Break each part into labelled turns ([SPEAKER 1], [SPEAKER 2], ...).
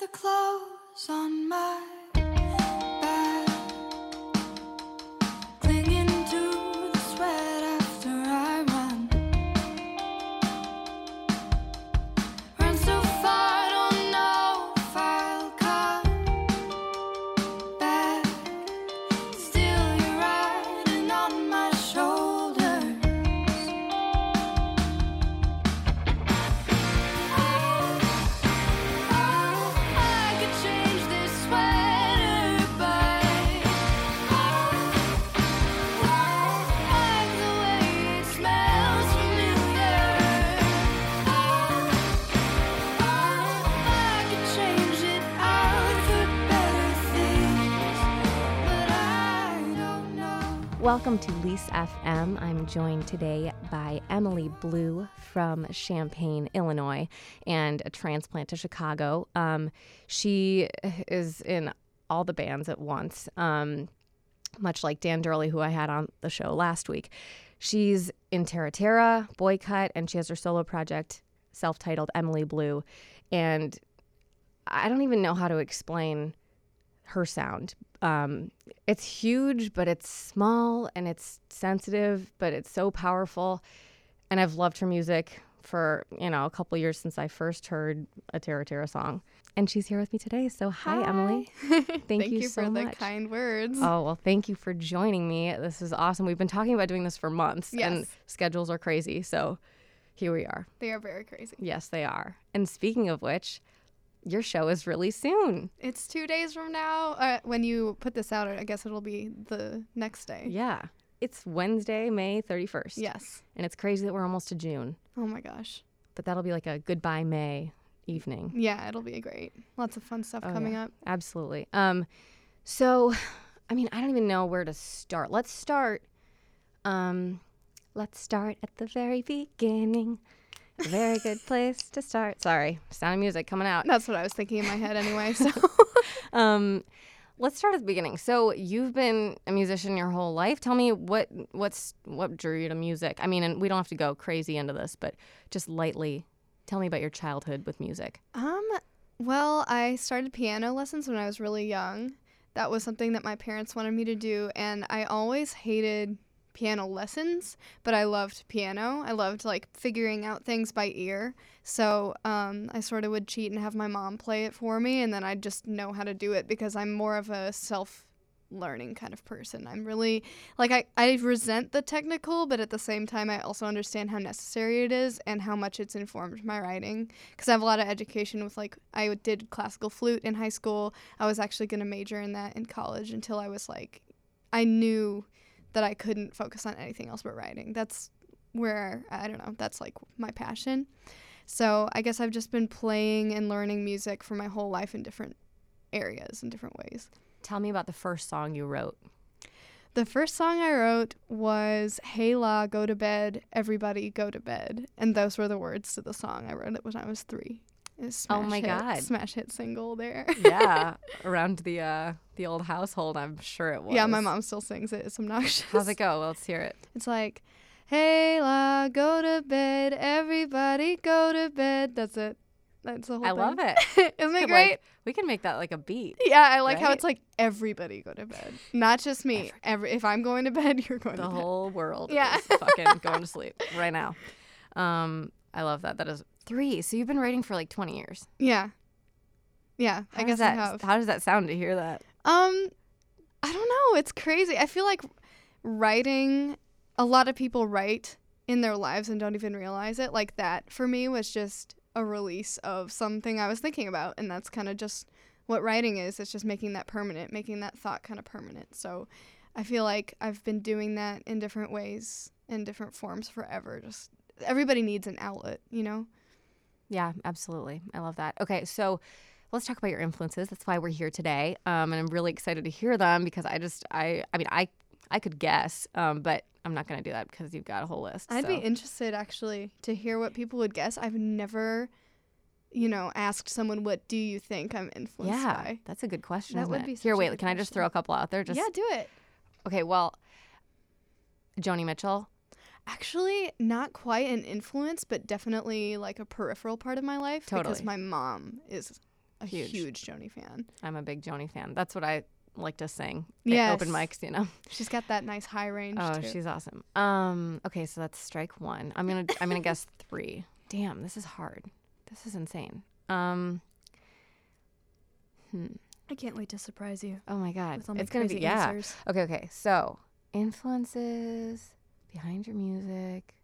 [SPEAKER 1] the clothes on my back. Clinging to the sweat after I run. Run so far, don't know if I'll come back. Still, you're riding on my shoulders. I could change this sweater, but like the way it smells familiar. I could change it out for better things, but I don't know.
[SPEAKER 2] Welcome to Lease FM. I'm joined today by Emily Blue from Champaign, Illinois, and a transplant to Chicago. Um, she is in all the bands at once, um, much like Dan Durley, who I had on the show last week. She's in Terra Terra, Boycott, and she has her solo project, self titled Emily Blue. And I don't even know how to explain her sound. Um, it's huge, but it's small and it's sensitive, but it's so powerful. And I've loved her music for you know a couple years since I first heard a Terra Terra song. And she's here with me today. So hi, Emily.
[SPEAKER 3] Thank,
[SPEAKER 2] you
[SPEAKER 3] for
[SPEAKER 2] so
[SPEAKER 3] the
[SPEAKER 2] much.
[SPEAKER 3] kind words.
[SPEAKER 2] Oh well, thank you for joining me. This is awesome. We've been talking about doing this for months, and
[SPEAKER 3] Yes.
[SPEAKER 2] schedules are crazy. So here we are.
[SPEAKER 3] they are very crazy.
[SPEAKER 2] Yes, they are. And speaking of which, your show is really soon.
[SPEAKER 3] It's two days from now. Uh, when you put this out, I guess it'll be the next day.
[SPEAKER 2] Yeah. It's Wednesday, May 31st.
[SPEAKER 3] Yes.
[SPEAKER 2] And it's crazy that we're almost to June,
[SPEAKER 3] Oh my gosh.
[SPEAKER 2] but that'll be like a goodbye May evening.
[SPEAKER 3] Yeah, it'll be great. Lots of fun stuff
[SPEAKER 2] Oh,
[SPEAKER 3] coming
[SPEAKER 2] yeah.
[SPEAKER 3] up.
[SPEAKER 2] Absolutely. Um so I mean, I don't even know where to start. Let's start um let's start at the very beginning. A very good place to start. Sorry. Sound of music coming out.
[SPEAKER 3] That's what I was thinking in my head anyway. So
[SPEAKER 2] Um let's start at the beginning. So, you've been a musician your whole life. Tell me what what's what drew you to music? I mean, and we don't have to go crazy into this, but just lightly tell me about your childhood with music.
[SPEAKER 3] Um, well, I started piano lessons when I was really young. That was something that my parents wanted me to do, and I always hated piano lessons, but I loved piano. I loved like figuring out things by ear. So um, I sort of would cheat and have my mom play it for me, and then I'd just know how to do it because I'm more of a self learning kind of person. I'm really like I, I resent the technical, but at the same time I also understand how necessary it is and how much it's informed my writing because I have a lot of education with like I did classical flute in high school. I was actually going to major in that in college until I was like I knew that I couldn't focus on anything else but writing. That's where I don't know, that's like my passion. So, I guess I've just been playing and learning music for my whole life in different areas in different ways.
[SPEAKER 2] Tell me about the first song you wrote.
[SPEAKER 3] The first song I wrote was Hey La, Go to Bed, Everybody Go to Bed. And those were the words to the song. I wrote it when I was three. It was
[SPEAKER 2] Oh
[SPEAKER 3] smash
[SPEAKER 2] my
[SPEAKER 3] hit,
[SPEAKER 2] God.
[SPEAKER 3] Smash hit single there.
[SPEAKER 2] yeah, around the uh, the old household, I'm sure it was.
[SPEAKER 3] yeah, my mom still sings it. It's obnoxious.
[SPEAKER 2] How's it go? Well, let's hear it.
[SPEAKER 3] It's like, Hey La, go to bed, everybody go to bed. That's it. That's the whole
[SPEAKER 2] I
[SPEAKER 3] thing.
[SPEAKER 2] love it.
[SPEAKER 3] it. Isn't it
[SPEAKER 2] Could,
[SPEAKER 3] great?
[SPEAKER 2] Like, we can make that like a beat.
[SPEAKER 3] yeah, I like how
[SPEAKER 2] Right?
[SPEAKER 3] it's like everybody go to bed, not just me. Every if I'm going to bed, you're going
[SPEAKER 2] The
[SPEAKER 3] to bed.
[SPEAKER 2] whole world
[SPEAKER 3] Yeah.
[SPEAKER 2] is fucking going to sleep right now. Um, I love that. That is three. So you've been writing for like 20 years.
[SPEAKER 3] Yeah, yeah.
[SPEAKER 2] How
[SPEAKER 3] I
[SPEAKER 2] does
[SPEAKER 3] guess
[SPEAKER 2] that,
[SPEAKER 3] I have.
[SPEAKER 2] How does that sound to hear that?
[SPEAKER 3] Um, I don't know. It's crazy. I feel like writing. A lot of people write in their lives and don't even realize it. Like that for me was just a release of something I was thinking about, and that's kind of just what writing is. It's just making that permanent, making that thought kind of permanent. So, I feel like I've been doing that in different ways, in different forms forever. Just everybody needs an outlet, you know.
[SPEAKER 2] Yeah, absolutely. I love that. Okay, so let's talk about your influences. That's why we're here today, um, and I'm really excited to hear them because I just, I, I mean, I, I could guess, um, but I'm not gonna do that because you've got a whole list.
[SPEAKER 3] I'd
[SPEAKER 2] so.
[SPEAKER 3] be interested actually to hear what people would guess. I've never, you know, asked someone what do you think I'm influenced
[SPEAKER 2] yeah,
[SPEAKER 3] by.
[SPEAKER 2] that's a good question.
[SPEAKER 3] That
[SPEAKER 2] isn't
[SPEAKER 3] would
[SPEAKER 2] it?
[SPEAKER 3] be
[SPEAKER 2] here.
[SPEAKER 3] such a
[SPEAKER 2] Wait,
[SPEAKER 3] good
[SPEAKER 2] can I just
[SPEAKER 3] question.
[SPEAKER 2] throw a couple out there? Just
[SPEAKER 3] yeah, do it.
[SPEAKER 2] okay. Well, Joni Mitchell.
[SPEAKER 3] Actually, not quite an influence, but definitely like a peripheral part of my life
[SPEAKER 2] Totally.
[SPEAKER 3] because my mom is a
[SPEAKER 2] Huge.
[SPEAKER 3] huge, Joni fan.
[SPEAKER 2] I'm a big Joni fan. That's what I like to sing. Yeah.
[SPEAKER 3] Yes.
[SPEAKER 2] Open mics, you know.
[SPEAKER 3] She's got that nice high range
[SPEAKER 2] Oh,
[SPEAKER 3] too.
[SPEAKER 2] she's awesome. Um, okay, so that's strike one. I'm gonna I'm gonna guess three. Damn, this is hard. This is insane. Um,
[SPEAKER 3] I can't wait to surprise you
[SPEAKER 2] oh my god,
[SPEAKER 3] with all my
[SPEAKER 2] it's gonna be
[SPEAKER 3] crazy
[SPEAKER 2] yeah.
[SPEAKER 3] answers.
[SPEAKER 2] Okay, okay. So influences behind your music.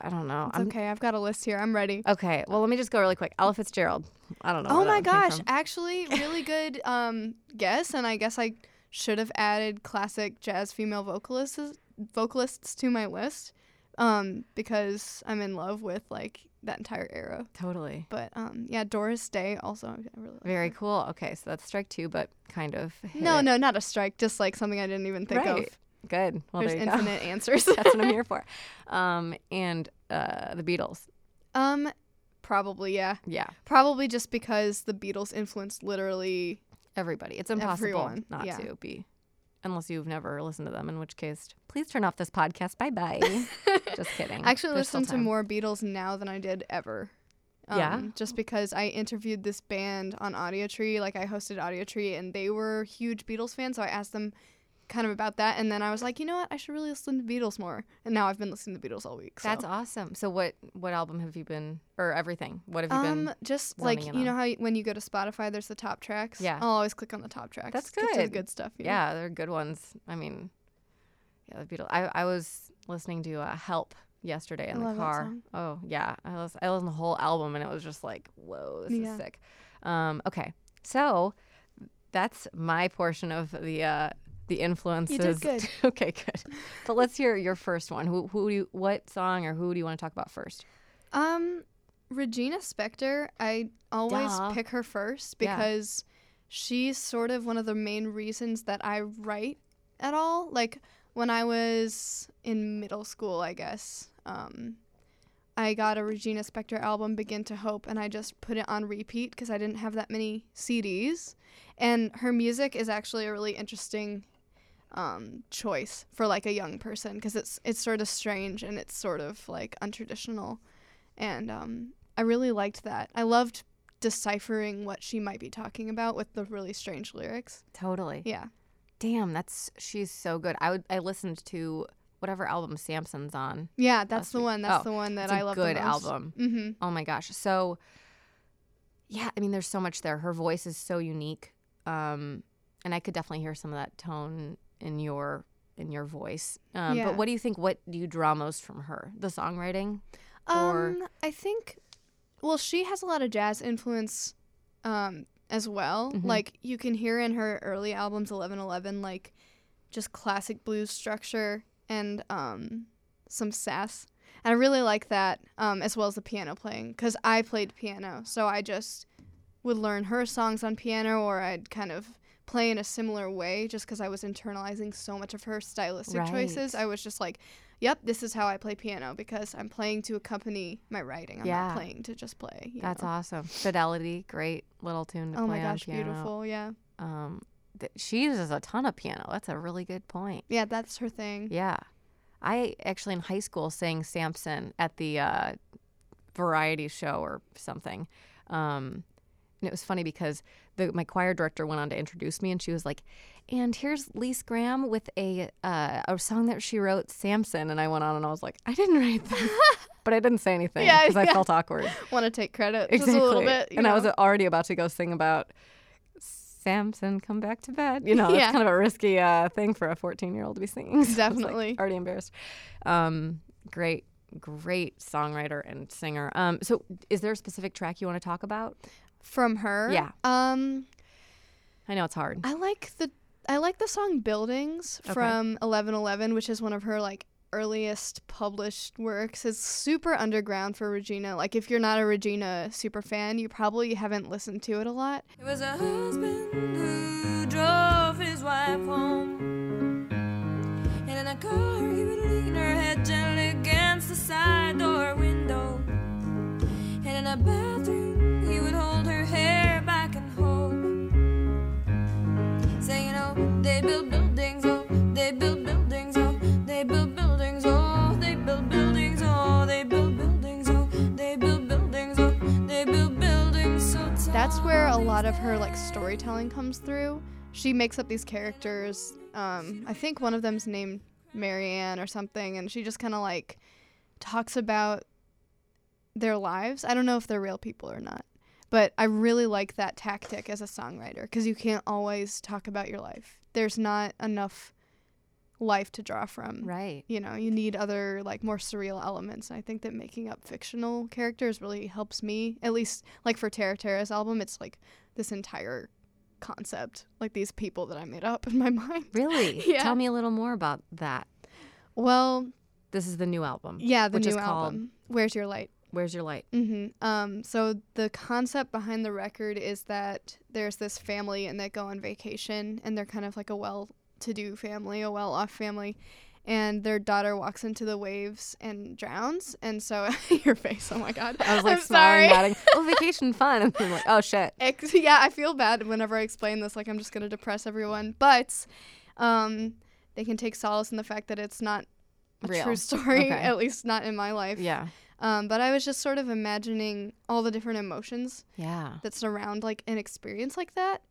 [SPEAKER 2] I don't know.
[SPEAKER 3] It's okay, I've got a list here. I'm ready.
[SPEAKER 2] okay. Well, let me just go really quick. Ella Fitzgerald. I don't know.
[SPEAKER 3] Oh
[SPEAKER 2] where
[SPEAKER 3] my
[SPEAKER 2] that came
[SPEAKER 3] gosh,
[SPEAKER 2] from.
[SPEAKER 3] actually, really good um, guess, and I guess I should have added classic jazz female vocalists vocalists to my list um, because I'm in love with like that entire era.
[SPEAKER 2] Totally.
[SPEAKER 3] But um, yeah, Doris Day also I really like
[SPEAKER 2] Very
[SPEAKER 3] her.
[SPEAKER 2] cool. Okay, so that's strike two, but kind of. hit
[SPEAKER 3] No,
[SPEAKER 2] it.
[SPEAKER 3] no, not a strike. Just like something I didn't even think
[SPEAKER 2] Right.
[SPEAKER 3] of.
[SPEAKER 2] Good. Well,
[SPEAKER 3] There's
[SPEAKER 2] there you go.
[SPEAKER 3] infinite answers.
[SPEAKER 2] That's what I'm here for. Um, and uh, the Beatles.
[SPEAKER 3] um, probably yeah.
[SPEAKER 2] Yeah,
[SPEAKER 3] Probably just because the Beatles influenced literally
[SPEAKER 2] everybody. It's impossible
[SPEAKER 3] Everyone,
[SPEAKER 2] not
[SPEAKER 3] yeah.
[SPEAKER 2] to be, unless you've never listened to them. In which case, please turn off this podcast. Bye bye. Just kidding.
[SPEAKER 3] I actually
[SPEAKER 2] There's still
[SPEAKER 3] listen to
[SPEAKER 2] time.
[SPEAKER 3] more Beatles now than I did ever. Um,
[SPEAKER 2] Yeah?
[SPEAKER 3] Just because I interviewed this band on Audio Tree, like I hosted Audio Tree, and they were huge Beatles fans. So I asked them kind of about that, and then I was like, you know what, I should really listen to Beatles more. And now I've been listening to Beatles all week. So.
[SPEAKER 2] That's awesome. So what what album have you been or everything? What have you
[SPEAKER 3] um,
[SPEAKER 2] been?
[SPEAKER 3] just
[SPEAKER 2] zoning
[SPEAKER 3] like
[SPEAKER 2] in
[SPEAKER 3] you know
[SPEAKER 2] on?
[SPEAKER 3] how you, when you go to Spotify, there's the top tracks.
[SPEAKER 2] Yeah.
[SPEAKER 3] I'll always click on the top tracks.
[SPEAKER 2] That's
[SPEAKER 3] Get to the
[SPEAKER 2] good.
[SPEAKER 3] good stuff. you know?
[SPEAKER 2] Yeah, they're good ones. I mean, yeah, the Beatles. I I was listening to uh, Help yesterday in
[SPEAKER 3] I
[SPEAKER 2] the
[SPEAKER 3] love that
[SPEAKER 2] car.
[SPEAKER 3] song.
[SPEAKER 2] Oh yeah, I listened I listened to the whole album and it was just like, whoa, this
[SPEAKER 3] Yeah.
[SPEAKER 2] is sick. Um, okay, so that's my portion of the uh, the influences.
[SPEAKER 3] good.
[SPEAKER 2] okay, good. But let's hear your first one. Who who do you, what song or who do you want to talk about first?
[SPEAKER 3] Um, Regina Spektor, I always
[SPEAKER 2] Duh.
[SPEAKER 3] pick her first
[SPEAKER 2] Yeah.
[SPEAKER 3] because she's sort of one of the main reasons that I write at all. Like when I was in middle school, I guess. Um, I got a Regina Spektor album, Begin to Hope, and I just put it on repeat because I didn't have that many CDs. And her music is actually a really interesting um, choice for like a young person because it's it's sort of strange and it's sort of like untraditional, and um, I really liked that. I loved deciphering what she might be talking about with the really strange lyrics.
[SPEAKER 2] Totally.
[SPEAKER 3] Yeah,
[SPEAKER 2] Damn, that's she's so good. I would I listened to whatever album Samson's on.
[SPEAKER 3] yeah, that's the
[SPEAKER 2] week.
[SPEAKER 3] one. That's
[SPEAKER 2] Oh,
[SPEAKER 3] the one that
[SPEAKER 2] It's a
[SPEAKER 3] I love.
[SPEAKER 2] good
[SPEAKER 3] the most.
[SPEAKER 2] album.
[SPEAKER 3] Mm-hmm.
[SPEAKER 2] Oh my gosh. So yeah, I mean there's so much there. Her voice is so unique. Um and I could definitely hear some of that tone in your in your voice. Um
[SPEAKER 3] Yeah.
[SPEAKER 2] but what do you think what do you draw most from her? The songwriting? or-
[SPEAKER 3] um, I think well she has a lot of jazz influence um as well
[SPEAKER 2] Mhm.
[SPEAKER 3] like you can hear in her early albums 1111 like just classic blues structure and um some sass and I really like that um as well as the piano playing cuz I played piano so I just would learn her songs on piano or I'd kind of play in a similar way just cuz I was internalizing so much of her stylistic
[SPEAKER 2] Right.
[SPEAKER 3] choices I was just like yep, this is how I play piano because I'm playing to accompany my writing. I'm
[SPEAKER 2] Yeah.
[SPEAKER 3] not playing to just play. you
[SPEAKER 2] That's
[SPEAKER 3] know?
[SPEAKER 2] awesome. Fidelity, great little tune to
[SPEAKER 3] Oh my
[SPEAKER 2] play
[SPEAKER 3] gosh,
[SPEAKER 2] on piano.
[SPEAKER 3] beautiful. Yeah.
[SPEAKER 2] Um th- she uses a ton of piano. That's a really good point.
[SPEAKER 3] Yeah, that's her thing.
[SPEAKER 2] Yeah. I actually in high school sang Samson at the uh, variety show or something. Um, and it was funny because the, my choir director went on to introduce me and she was like, and here's Lise Graham with a, uh, a song that she wrote, Samson. And I went on and I was like, I didn't write that. but I didn't say anything
[SPEAKER 3] Yeah,
[SPEAKER 2] because I
[SPEAKER 3] yeah.
[SPEAKER 2] felt awkward.
[SPEAKER 3] Want to take credit
[SPEAKER 2] Exactly.
[SPEAKER 3] just a little bit. you
[SPEAKER 2] and I was
[SPEAKER 3] know?
[SPEAKER 2] already about to go sing about Samson, come back to bed. You know,
[SPEAKER 3] Yeah.
[SPEAKER 2] that's kind of a risky uh, thing for a 14 year old to be singing. So I was, like,
[SPEAKER 3] Definitely.
[SPEAKER 2] already embarrassed. Um, great, great songwriter and singer. Um, so, is there a specific track you want to talk about?
[SPEAKER 3] from her.
[SPEAKER 2] Yeah.
[SPEAKER 3] Um,
[SPEAKER 2] I know it's hard.
[SPEAKER 3] I like the I like the song Buildings
[SPEAKER 2] Okay.
[SPEAKER 3] from 1111, which is one of her like earliest published works. It's super underground for Regina. Like if you're not a Regina super fan, you probably haven't listened to it a lot.
[SPEAKER 1] It was a husband who drove his wife home. And in a car, he would lean her head gently against the side door window. And in a bathroom, he would hold her hair back and hope. Saying, oh, they build buildings, oh, they build buildings, oh, they build buildings, oh, they build buildings, oh, they build buildings, oh, they build buildings, oh, they build buildings so tall.
[SPEAKER 3] That's lot of her like storytelling comes through. She makes up these characters. Um, I think one of them's named Marianne or something, and she just kind of like talks about their lives. I don't know if they're real people or not, but I really like that tactic as a songwriter because you can't always talk about your life. There's not enough life to draw from.
[SPEAKER 2] Right.
[SPEAKER 3] You know, you need other like more surreal elements. And I think that making up fictional characters really helps me. At least like for Terra Terra's album, it's like this entire concept, like these people that I made up in my mind.
[SPEAKER 2] Really?
[SPEAKER 3] Yeah.
[SPEAKER 2] Tell me a little more about that.
[SPEAKER 3] Well,
[SPEAKER 2] This is the new album.
[SPEAKER 3] yeah, the
[SPEAKER 2] Which
[SPEAKER 3] new
[SPEAKER 2] is called-
[SPEAKER 3] album. Where's Your Light?
[SPEAKER 2] Where's your light?
[SPEAKER 3] hmm Um, so the concept behind the record is that there's this family and they go on vacation and they're kind of like a well-to-do family, a well-off family, and their daughter walks into the waves and drowns. And so your face, oh my god,
[SPEAKER 2] I was like
[SPEAKER 3] I'm
[SPEAKER 2] smiling,
[SPEAKER 3] sorry.
[SPEAKER 2] nodding. Oh, vacation fun. And I'm like, oh shit.
[SPEAKER 3] Ex- yeah, I feel bad whenever I explain this. Like I'm just gonna depress everyone, but um, they can take solace in the fact that it's not a
[SPEAKER 2] Real.
[SPEAKER 3] true story,
[SPEAKER 2] Okay.
[SPEAKER 3] at least not in my life.
[SPEAKER 2] Yeah.
[SPEAKER 3] Um, but I was just sort of imagining all the different emotions
[SPEAKER 2] Yeah.
[SPEAKER 3] that surround like an experience like that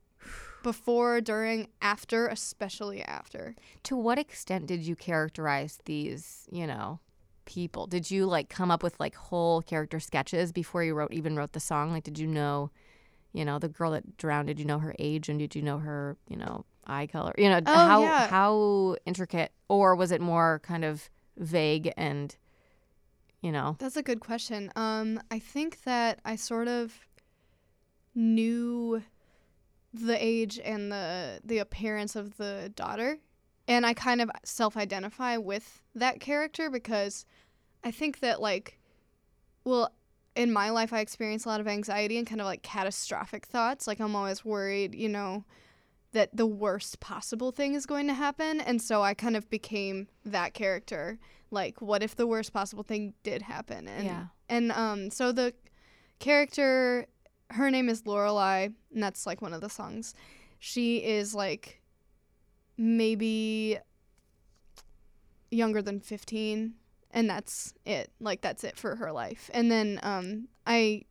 [SPEAKER 3] before, during, after, especially after.
[SPEAKER 2] To what extent did you characterize these, you know, people? Did you like come up with like whole character sketches before you wrote even wrote the song? Like did you know, you know, the girl that drowned, did you know her age and did you know her, you know, eye color? You know,
[SPEAKER 3] Oh,
[SPEAKER 2] how
[SPEAKER 3] yeah.
[SPEAKER 2] how intricate or was it more kind of vague and you know,
[SPEAKER 3] That's a good question. Um, I think that I sort of knew the age and the the appearance of the daughter, and I kind of self-identify with that character because I think that like, well, in my life I experience a lot of anxiety and kind of like catastrophic thoughts. Like I'm always worried, you know, that the worst possible thing is going to happen, and so I kind of became that character like what if the worst possible thing did happen and
[SPEAKER 2] Yeah.
[SPEAKER 3] and um so the character her name is Lorelei and that's like one of the songs she is like maybe younger than 15 and that's it like that's it for her life and then um I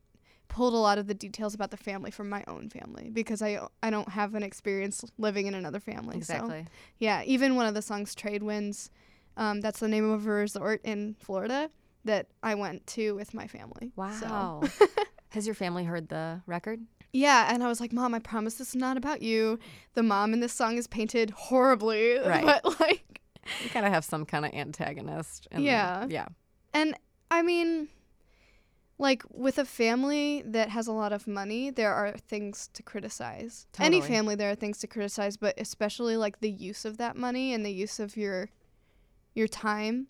[SPEAKER 3] pulled a lot of the details about the family from my own family because I I don't have an experience living in another family so
[SPEAKER 2] exactly.
[SPEAKER 3] yeah, even one of the songs, Trade Winds, um, that's the name of a resort in Florida that I went to with my family. So-
[SPEAKER 2] Wow. Has your family heard the record?
[SPEAKER 3] yeah, and I was like, Mom, I promise this is not about you. The mom in this song is painted horribly.
[SPEAKER 2] Right.
[SPEAKER 3] But, like,
[SPEAKER 2] You gotta have some kind of antagonist.
[SPEAKER 3] the- Yeah.
[SPEAKER 2] yeah.
[SPEAKER 3] and I mean, like, with a family that has a lot of money, there are things to criticize. Any
[SPEAKER 2] Totally.
[SPEAKER 3] family, there are things to criticize, but especially, like, the use of that money and the use of your your time.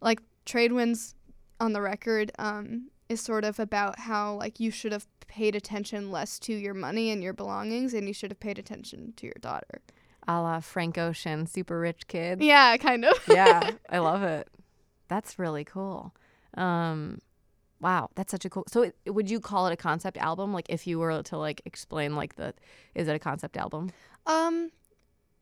[SPEAKER 3] Like trade winds on the record um, is sort of about how like you should have paid attention less to your money and your belongings, and you should have paid attention to your daughter.
[SPEAKER 2] a la Frank Ocean, super rich kid.
[SPEAKER 3] Yeah, kind of.
[SPEAKER 2] yeah, I love it. That's really cool. Um, wow, that's such a cool. So, it, would you call it a concept album? Like, if you were to like explain, like the, is it a concept album?
[SPEAKER 3] Um,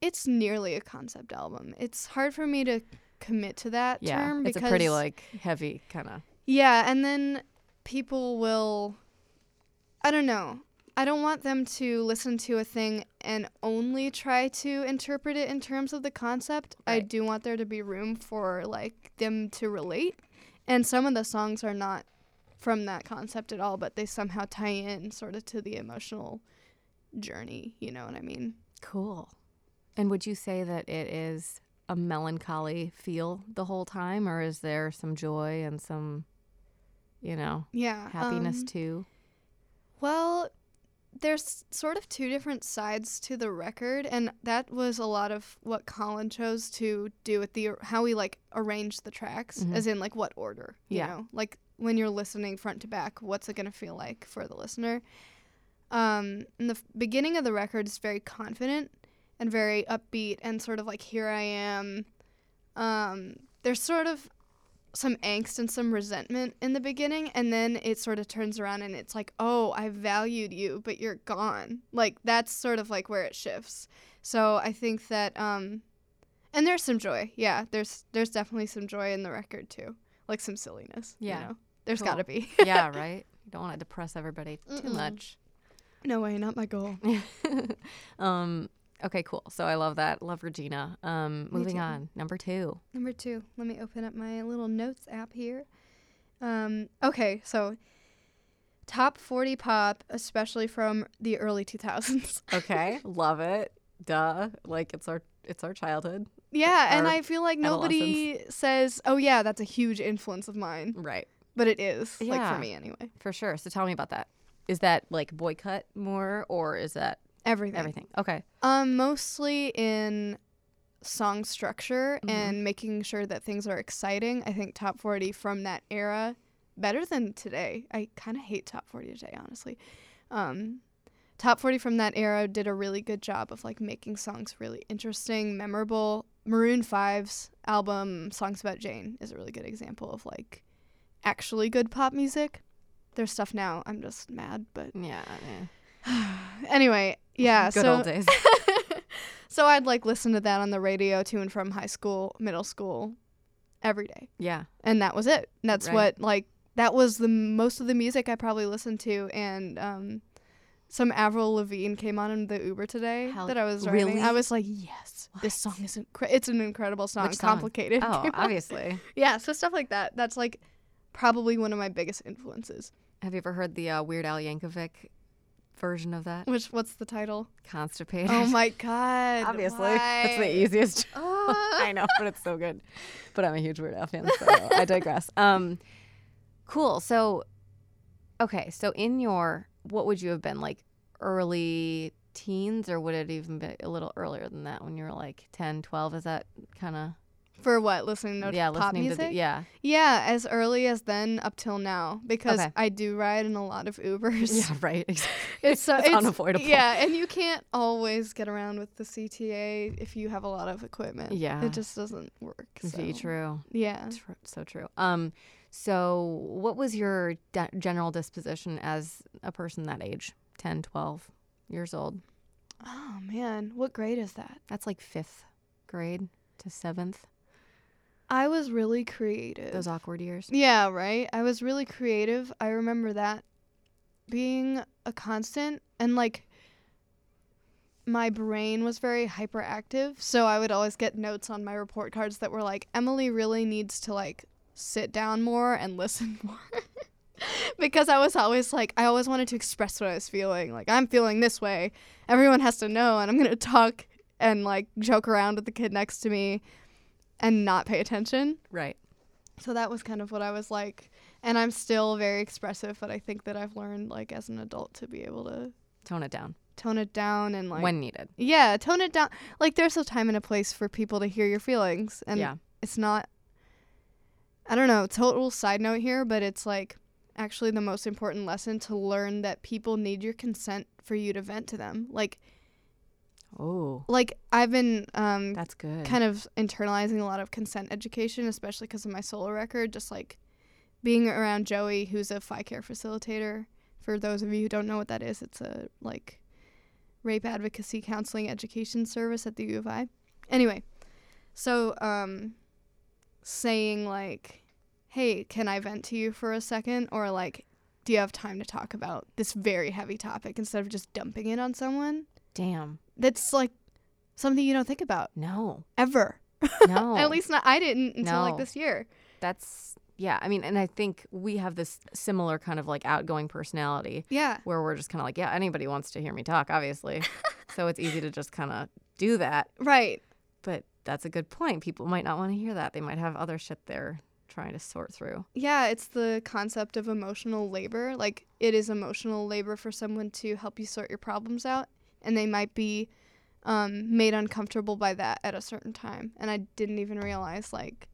[SPEAKER 3] it's nearly a concept album. It's hard for me to commit to that
[SPEAKER 2] Yeah,
[SPEAKER 3] term
[SPEAKER 2] it's
[SPEAKER 3] because
[SPEAKER 2] a pretty like heavy kind of.
[SPEAKER 3] Yeah, and then people will I don't know. I don't want them to listen to a thing and only try to interpret it in terms of the concept. I
[SPEAKER 2] Right.
[SPEAKER 3] do want there to be room for like them to relate. And some of the songs are not from that concept at all, but they somehow tie in sort of to the emotional journey, you know what I mean?
[SPEAKER 2] Cool. And would you say that it is a melancholy feel the whole time, or is there some joy and some, you know,
[SPEAKER 3] Yeah.
[SPEAKER 2] happiness
[SPEAKER 3] um,
[SPEAKER 2] too?
[SPEAKER 3] Well, there's sort of two different sides to the record, and that was a lot of what Colin chose to do with the how we like arranged the tracks,
[SPEAKER 2] Mhm.
[SPEAKER 3] as in like what order, you
[SPEAKER 2] Yeah.
[SPEAKER 3] know, like when you're listening front to back, what's it gonna feel like for the listener? Um, and the f- beginning of the record is very confident and very upbeat and sort of like here I am. Um, there's sort of some angst and some resentment in the beginning and then it sort of turns around and it's like oh i valued you but you're gone like that's sort of like where it shifts so i think that um and there's some joy yeah there's there's definitely some joy in the record too like some silliness
[SPEAKER 2] Yeah.
[SPEAKER 3] you know there's
[SPEAKER 2] Cool.
[SPEAKER 3] gotta be
[SPEAKER 2] yeah, right. You don't want to depress everybody too
[SPEAKER 3] Mm-mm.
[SPEAKER 2] much.
[SPEAKER 3] No way, not my goal.
[SPEAKER 2] um, okay, cool. So I love that. Love Regina. Um,
[SPEAKER 3] Me
[SPEAKER 2] moving
[SPEAKER 3] too.
[SPEAKER 2] on, number two.
[SPEAKER 3] Number two, let me open up my little notes app here. Um, okay, so top 40 pop, especially from the early 2000s.
[SPEAKER 2] Okay, love it. Duh, like it's our it's our childhood.
[SPEAKER 3] yeah, and
[SPEAKER 2] Or
[SPEAKER 3] I feel like nobody says, oh, yeah, that's a huge influence of mine,
[SPEAKER 2] Right,
[SPEAKER 3] but it is, like
[SPEAKER 2] Yeah.
[SPEAKER 3] for me anyway.
[SPEAKER 2] for sure. So tell me about that. Is that like boycott more, or is that
[SPEAKER 3] Everything.
[SPEAKER 2] everything? Okay,
[SPEAKER 3] Um, mostly in song structure
[SPEAKER 2] Mhm.
[SPEAKER 3] and making sure that things are exciting. I think top 40 from that era better than today. I kind of hate top 40 today, honestly. Um, top 40 from that era did a really good job of like making songs really interesting, memorable. Maroon 5's album Songs About Jane is a really good example of like actually good pop music. There's stuff now I'm just mad, but
[SPEAKER 2] yeah,
[SPEAKER 3] anyway, yeah,
[SPEAKER 2] Mm. good
[SPEAKER 3] so
[SPEAKER 2] old days.
[SPEAKER 3] so I'd like listen to that on the radio to and from high school, middle school, every day,
[SPEAKER 2] yeah,
[SPEAKER 3] and that was it. And That's
[SPEAKER 2] Right.
[SPEAKER 3] what like that was the most of the music I probably listened to, and um, some Avril Lavigne came on in the Uber today
[SPEAKER 2] Hell-
[SPEAKER 3] that I was driving.
[SPEAKER 2] really?
[SPEAKER 3] I was like, yes, this song is incre- it's an incredible song,
[SPEAKER 2] Which song?
[SPEAKER 3] complicated.
[SPEAKER 2] Oh, obviously.
[SPEAKER 3] yeah, so stuff like that. That's like probably one of my biggest influences.
[SPEAKER 2] Have you ever heard the uh, Weird Al Yankovic version of that?
[SPEAKER 3] Which what's the title?
[SPEAKER 2] Constipated.
[SPEAKER 3] oh my god!
[SPEAKER 2] obviously, it's
[SPEAKER 3] why?
[SPEAKER 2] the easiest.
[SPEAKER 3] Ah.
[SPEAKER 2] I know, but it's so good. But I'm a huge Weird Al fan, so I digress. Um, cool. So, okay. So, in your, what would you have been like early teens, or would it even be a little earlier than that when you were like 10, 12? Is that kind of,
[SPEAKER 3] For what? Listening to
[SPEAKER 2] yeah,
[SPEAKER 3] pop
[SPEAKER 2] listening
[SPEAKER 3] music?
[SPEAKER 2] to the, yeah.
[SPEAKER 3] Yeah, as early as then up till now because
[SPEAKER 2] Okay.
[SPEAKER 3] I do ride in a lot of Ubers.
[SPEAKER 2] Yeah, right. Exactly.
[SPEAKER 3] It's, so,
[SPEAKER 2] It's unavoidable.
[SPEAKER 3] Yeah, and you can't always get around with the CTA if you have a lot of equipment.
[SPEAKER 2] Yeah.
[SPEAKER 3] It just doesn't work. So.
[SPEAKER 2] Be true.
[SPEAKER 3] Yeah.
[SPEAKER 2] True. So true. Um, so what was your de- general disposition as a person that age, 10, 12 years old?
[SPEAKER 3] Oh man, what grade is that?
[SPEAKER 2] That's like fifth grade to seventh.
[SPEAKER 3] I was really creative.
[SPEAKER 2] Those awkward years.
[SPEAKER 3] Yeah, right. I was really creative. I remember that being a constant and like my brain was very hyperactive, so I would always get notes on my report cards that were like Emily really needs to like sit down more and listen more. because I was always like I always wanted to express what I was feeling. Like I'm feeling this way. Everyone has to know and I'm going to talk and like joke around with the kid next to me and not pay attention.
[SPEAKER 2] Right.
[SPEAKER 3] So that was kind of what I was like. And I'm still very expressive, but I think that I've learned, like, as an adult to be able to
[SPEAKER 2] Tone it down
[SPEAKER 3] tone it down and, like,
[SPEAKER 2] when needed.
[SPEAKER 3] yeah, tone it down. Like, there's a time and a place for people to hear your feelings. And
[SPEAKER 2] yeah.
[SPEAKER 3] it's not, I don't know, total side note here, but it's like actually the most important lesson to learn that people need your consent for you to vent to them. Like,
[SPEAKER 2] Oh,
[SPEAKER 3] like I've been um,
[SPEAKER 2] that's good.
[SPEAKER 3] kind of internalizing a lot of consent education, especially because of my solo record. Just like being around Joey, who's a FI care facilitator. For those of you who don't know what that is, it's a like rape advocacy counseling education service at the U of I. Anyway, so um, saying like, "Hey, can I vent to you for a second? or like, "Do you have time to talk about this very heavy topic?" Instead of just dumping it on someone.
[SPEAKER 2] Damn.
[SPEAKER 3] That's like something you don't think about
[SPEAKER 2] No.
[SPEAKER 3] ever.
[SPEAKER 2] No.
[SPEAKER 3] At least not I didn't until like
[SPEAKER 2] Oh. No.
[SPEAKER 3] this year.
[SPEAKER 2] that's yeah. I mean, and I think we have this similar kind of like outgoing personality
[SPEAKER 3] Yeah.
[SPEAKER 2] where we're just kind of like, yeah, anybody wants to hear me talk, obviously. so it's easy to just kind of do that.
[SPEAKER 3] Right.
[SPEAKER 2] But that's a good point. People might not want to hear that. They might have other shit they're trying to sort through.
[SPEAKER 3] Yeah, it's the concept of emotional labor. Like it is emotional labor for someone to help you sort your problems out and they might be um, made uncomfortable by that at a certain time. And I didn't even realize like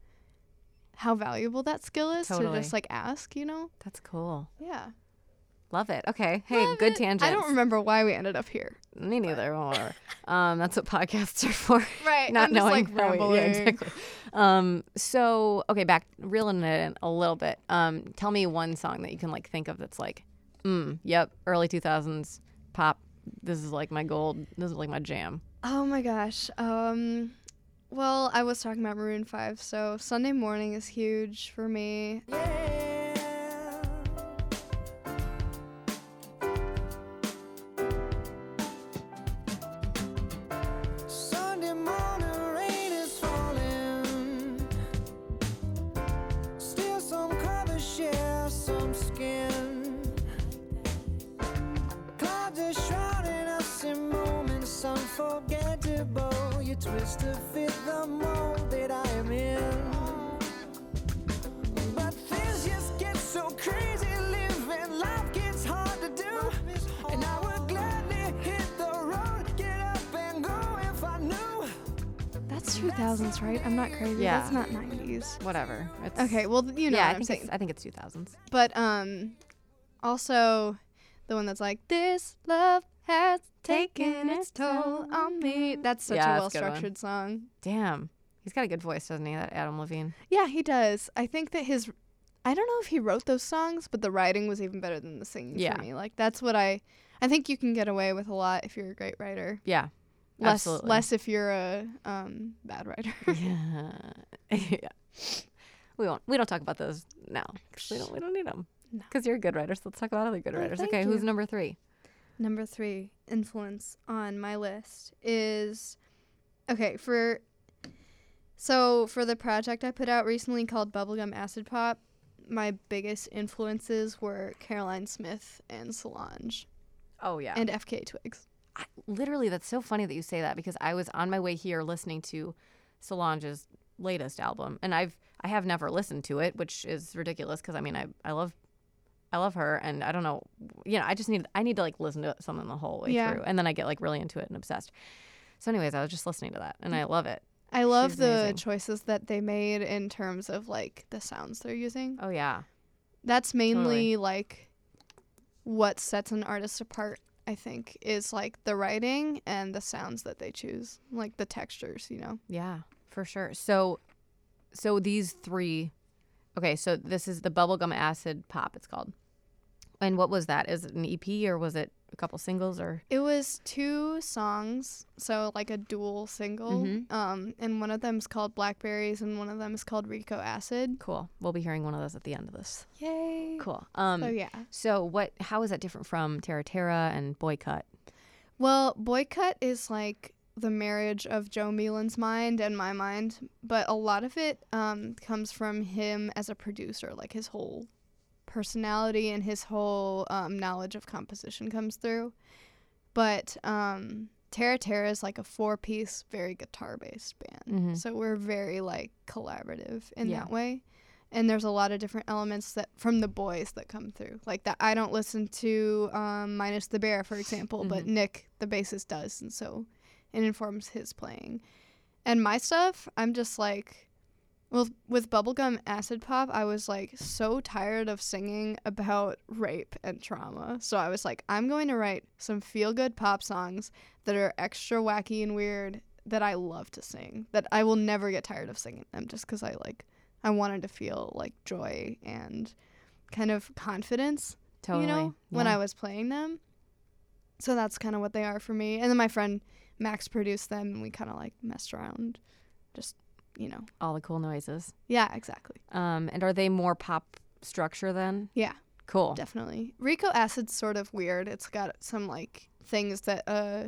[SPEAKER 3] how valuable that skill is
[SPEAKER 2] Totally.
[SPEAKER 3] to just like ask, you know?
[SPEAKER 2] That's cool.
[SPEAKER 3] Yeah.
[SPEAKER 2] Love it. Okay. Hey,
[SPEAKER 3] Love
[SPEAKER 2] good
[SPEAKER 3] it.
[SPEAKER 2] tangent.
[SPEAKER 3] I don't remember why we ended up here.
[SPEAKER 2] Me neither. Or, um, that's what podcasts are for.
[SPEAKER 3] Right.
[SPEAKER 2] Not
[SPEAKER 3] I'm just
[SPEAKER 2] knowing
[SPEAKER 3] like
[SPEAKER 2] how we- yeah,
[SPEAKER 3] rambling.
[SPEAKER 2] exactly. Um, so okay, back reeling it in a little bit. Um, tell me one song that you can like think of that's like, mm, yep, early two thousands pop. This is like my gold. This is like my jam.
[SPEAKER 3] Oh my gosh. Um, well, I was talking about Maroon 5, so Sunday morning is huge for me.
[SPEAKER 1] Yeah.
[SPEAKER 4] twist to fit the mold that I am in. But things just get so crazy living. Life gets hard to do. And I would gladly hit the road, get up and go if I knew.
[SPEAKER 3] That's 2000s, right? I'm not crazy.
[SPEAKER 2] Yeah.
[SPEAKER 3] That's not 90s.
[SPEAKER 2] Whatever. It's,
[SPEAKER 3] Okay, well, you know
[SPEAKER 2] yeah, I
[SPEAKER 3] what I'm
[SPEAKER 2] think
[SPEAKER 3] saying.
[SPEAKER 2] it's, I think it's 2000s.
[SPEAKER 3] But um, also the one that's like this love has taken its toll on me. That's such
[SPEAKER 2] Yeah,
[SPEAKER 3] a
[SPEAKER 2] that's a good one.
[SPEAKER 3] well-structured song.
[SPEAKER 2] Damn. He's got a good voice, doesn't he? That Adam Levine.
[SPEAKER 3] Yeah, he does. I think that his I don't know if he wrote those songs, but the writing was even better than the singing
[SPEAKER 2] Yeah.
[SPEAKER 3] for me. Like that's what I I think you can get away with a lot if you're a great writer.
[SPEAKER 2] Yeah.
[SPEAKER 3] Less
[SPEAKER 2] Absolutely.
[SPEAKER 3] less if you're a um bad writer.
[SPEAKER 2] yeah. yeah. We won't. We don't talk about those now. 'cause we don't. We don't need them.
[SPEAKER 3] No.
[SPEAKER 2] Because you're a good writer, so let's talk about other good
[SPEAKER 3] Oh,
[SPEAKER 2] writers.
[SPEAKER 3] thank
[SPEAKER 2] Okay, who's
[SPEAKER 3] you.
[SPEAKER 2] number three?
[SPEAKER 3] Number three influence on my list is okay for so for the project I put out recently called Bubblegum Acid Pop, my biggest influences were Caroline Smith and Solange
[SPEAKER 2] Oh yeah.
[SPEAKER 3] and FK Twigs.
[SPEAKER 2] I, literally, that's so funny that you say that because I was on my way here listening to Solange's latest album, and I've I have never listened to it, which is ridiculous because I mean I I love. I love her, and I don't know, you know. I just need I need to like listen to something the whole way
[SPEAKER 3] Yeah.
[SPEAKER 2] through, and then I get like really into it and obsessed. So, anyways, I was just listening to that, and I love it.
[SPEAKER 3] I love
[SPEAKER 2] She's
[SPEAKER 3] the
[SPEAKER 2] amazing.
[SPEAKER 3] choices that they made in terms of like the sounds they're using.
[SPEAKER 2] Oh yeah,
[SPEAKER 3] That's mainly
[SPEAKER 2] Totally.
[SPEAKER 3] like what sets an artist apart, I think, is like the writing and the sounds that they choose, like the textures, you know.
[SPEAKER 2] Yeah, for sure. So, so these three. Okay, so this is the bubblegum acid pop. It's called. And what was that? Is it an EP or was it a couple singles or?
[SPEAKER 3] It was two songs, so like a dual single.
[SPEAKER 2] Mhm.
[SPEAKER 3] Um, and one of them's called Blackberries and one of them is called Rico Acid.
[SPEAKER 2] Cool. We'll be hearing one of those at the end of this.
[SPEAKER 3] Yay.
[SPEAKER 2] Cool. Um.
[SPEAKER 3] Oh yeah.
[SPEAKER 2] So what? How is that different from Terra Terra and Boycott?
[SPEAKER 3] Well, Boycott is like the marriage of Joe Melan's mind and my mind, but a lot of it um, comes from him as a producer. Like his whole personality and his whole um, knowledge of composition comes through. But um, Terra Terra is like a four piece, very guitar based band.
[SPEAKER 2] Mhm.
[SPEAKER 3] So we're very like collaborative in
[SPEAKER 2] Yeah.
[SPEAKER 3] that way. And there's a lot of different elements that from the boys that come through. Like that I don't listen to um, minus the bear, for example, but Nick, the bassist, does, and so it informs his playing. And my stuff, I'm just like, well, with bubblegum acid pop, I was like so tired of singing about rape and trauma. So I was like, I'm going to write some feel good pop songs that are extra wacky and weird that I love to sing, that I will never get tired of singing them just because I like, I wanted to feel like joy and kind of confidence
[SPEAKER 2] Totally.
[SPEAKER 3] you know, when I was playing them. So that's kind of what they are for me. And then my friend Max produced them, and we kind of like messed around, just you know.
[SPEAKER 2] all the cool noises.
[SPEAKER 3] Yeah, exactly.
[SPEAKER 2] Um. And are they more pop structure then?
[SPEAKER 3] Yeah,
[SPEAKER 2] Cool.
[SPEAKER 3] definitely. Rico Acid's sort of weird. It's got some like things that uh,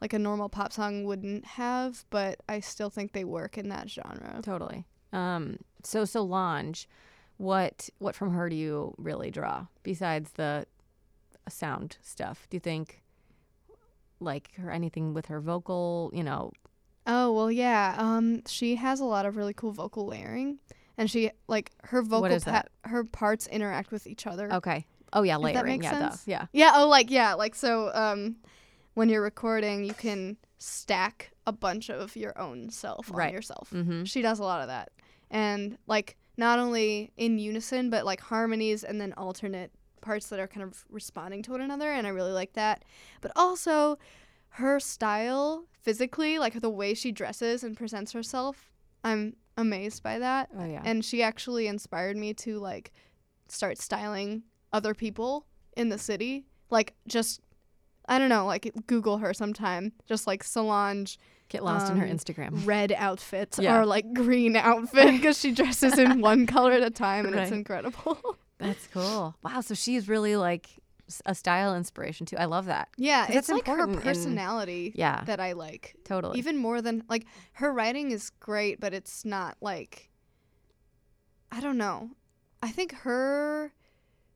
[SPEAKER 3] like a normal pop song wouldn't have, but I still think they work in that genre.
[SPEAKER 2] Totally. Um, so Solange, what what from her do you really draw besides the sound stuff? Do you think like her anything with her vocal? You know,
[SPEAKER 3] Oh well, yeah. Um, she has a lot of really cool vocal layering, and she like her vocal
[SPEAKER 2] is that?
[SPEAKER 3] her parts interact with each other.
[SPEAKER 2] okay. Oh yeah,
[SPEAKER 3] that
[SPEAKER 2] layering.
[SPEAKER 3] make
[SPEAKER 2] yeah, duh.
[SPEAKER 3] sense?
[SPEAKER 2] yeah.
[SPEAKER 3] Yeah, oh like yeah, like so um when you're recording, you can stack a bunch of your own self on
[SPEAKER 2] Right.
[SPEAKER 3] yourself.
[SPEAKER 2] Mm-hmm.
[SPEAKER 3] She does a lot of that. And like not only in unison, but like harmonies and then alternate parts that are kind of responding to one another and I really like that. But also her style physically, like the way she dresses and presents herself, I'm amazed by that
[SPEAKER 2] Oh yeah.
[SPEAKER 3] and she actually inspired me to like start styling other people in the city like just i don't know like google her sometime just like solange
[SPEAKER 2] Get lost in her
[SPEAKER 3] um,
[SPEAKER 2] Instagram.
[SPEAKER 3] red outfit
[SPEAKER 2] Yeah.
[SPEAKER 3] or like green outfit because she dresses in one color at a time and it's
[SPEAKER 2] Right.
[SPEAKER 3] incredible
[SPEAKER 2] That's cool. Wow. So she's really like s- a style inspiration too. I love that.
[SPEAKER 3] yeah
[SPEAKER 2] 'Cause
[SPEAKER 3] it's
[SPEAKER 2] that's
[SPEAKER 3] like her
[SPEAKER 2] important in-
[SPEAKER 3] personality
[SPEAKER 2] Yeah.
[SPEAKER 3] that i like
[SPEAKER 2] totally.
[SPEAKER 3] even more than like her writing is great but it's not like i don't know i think her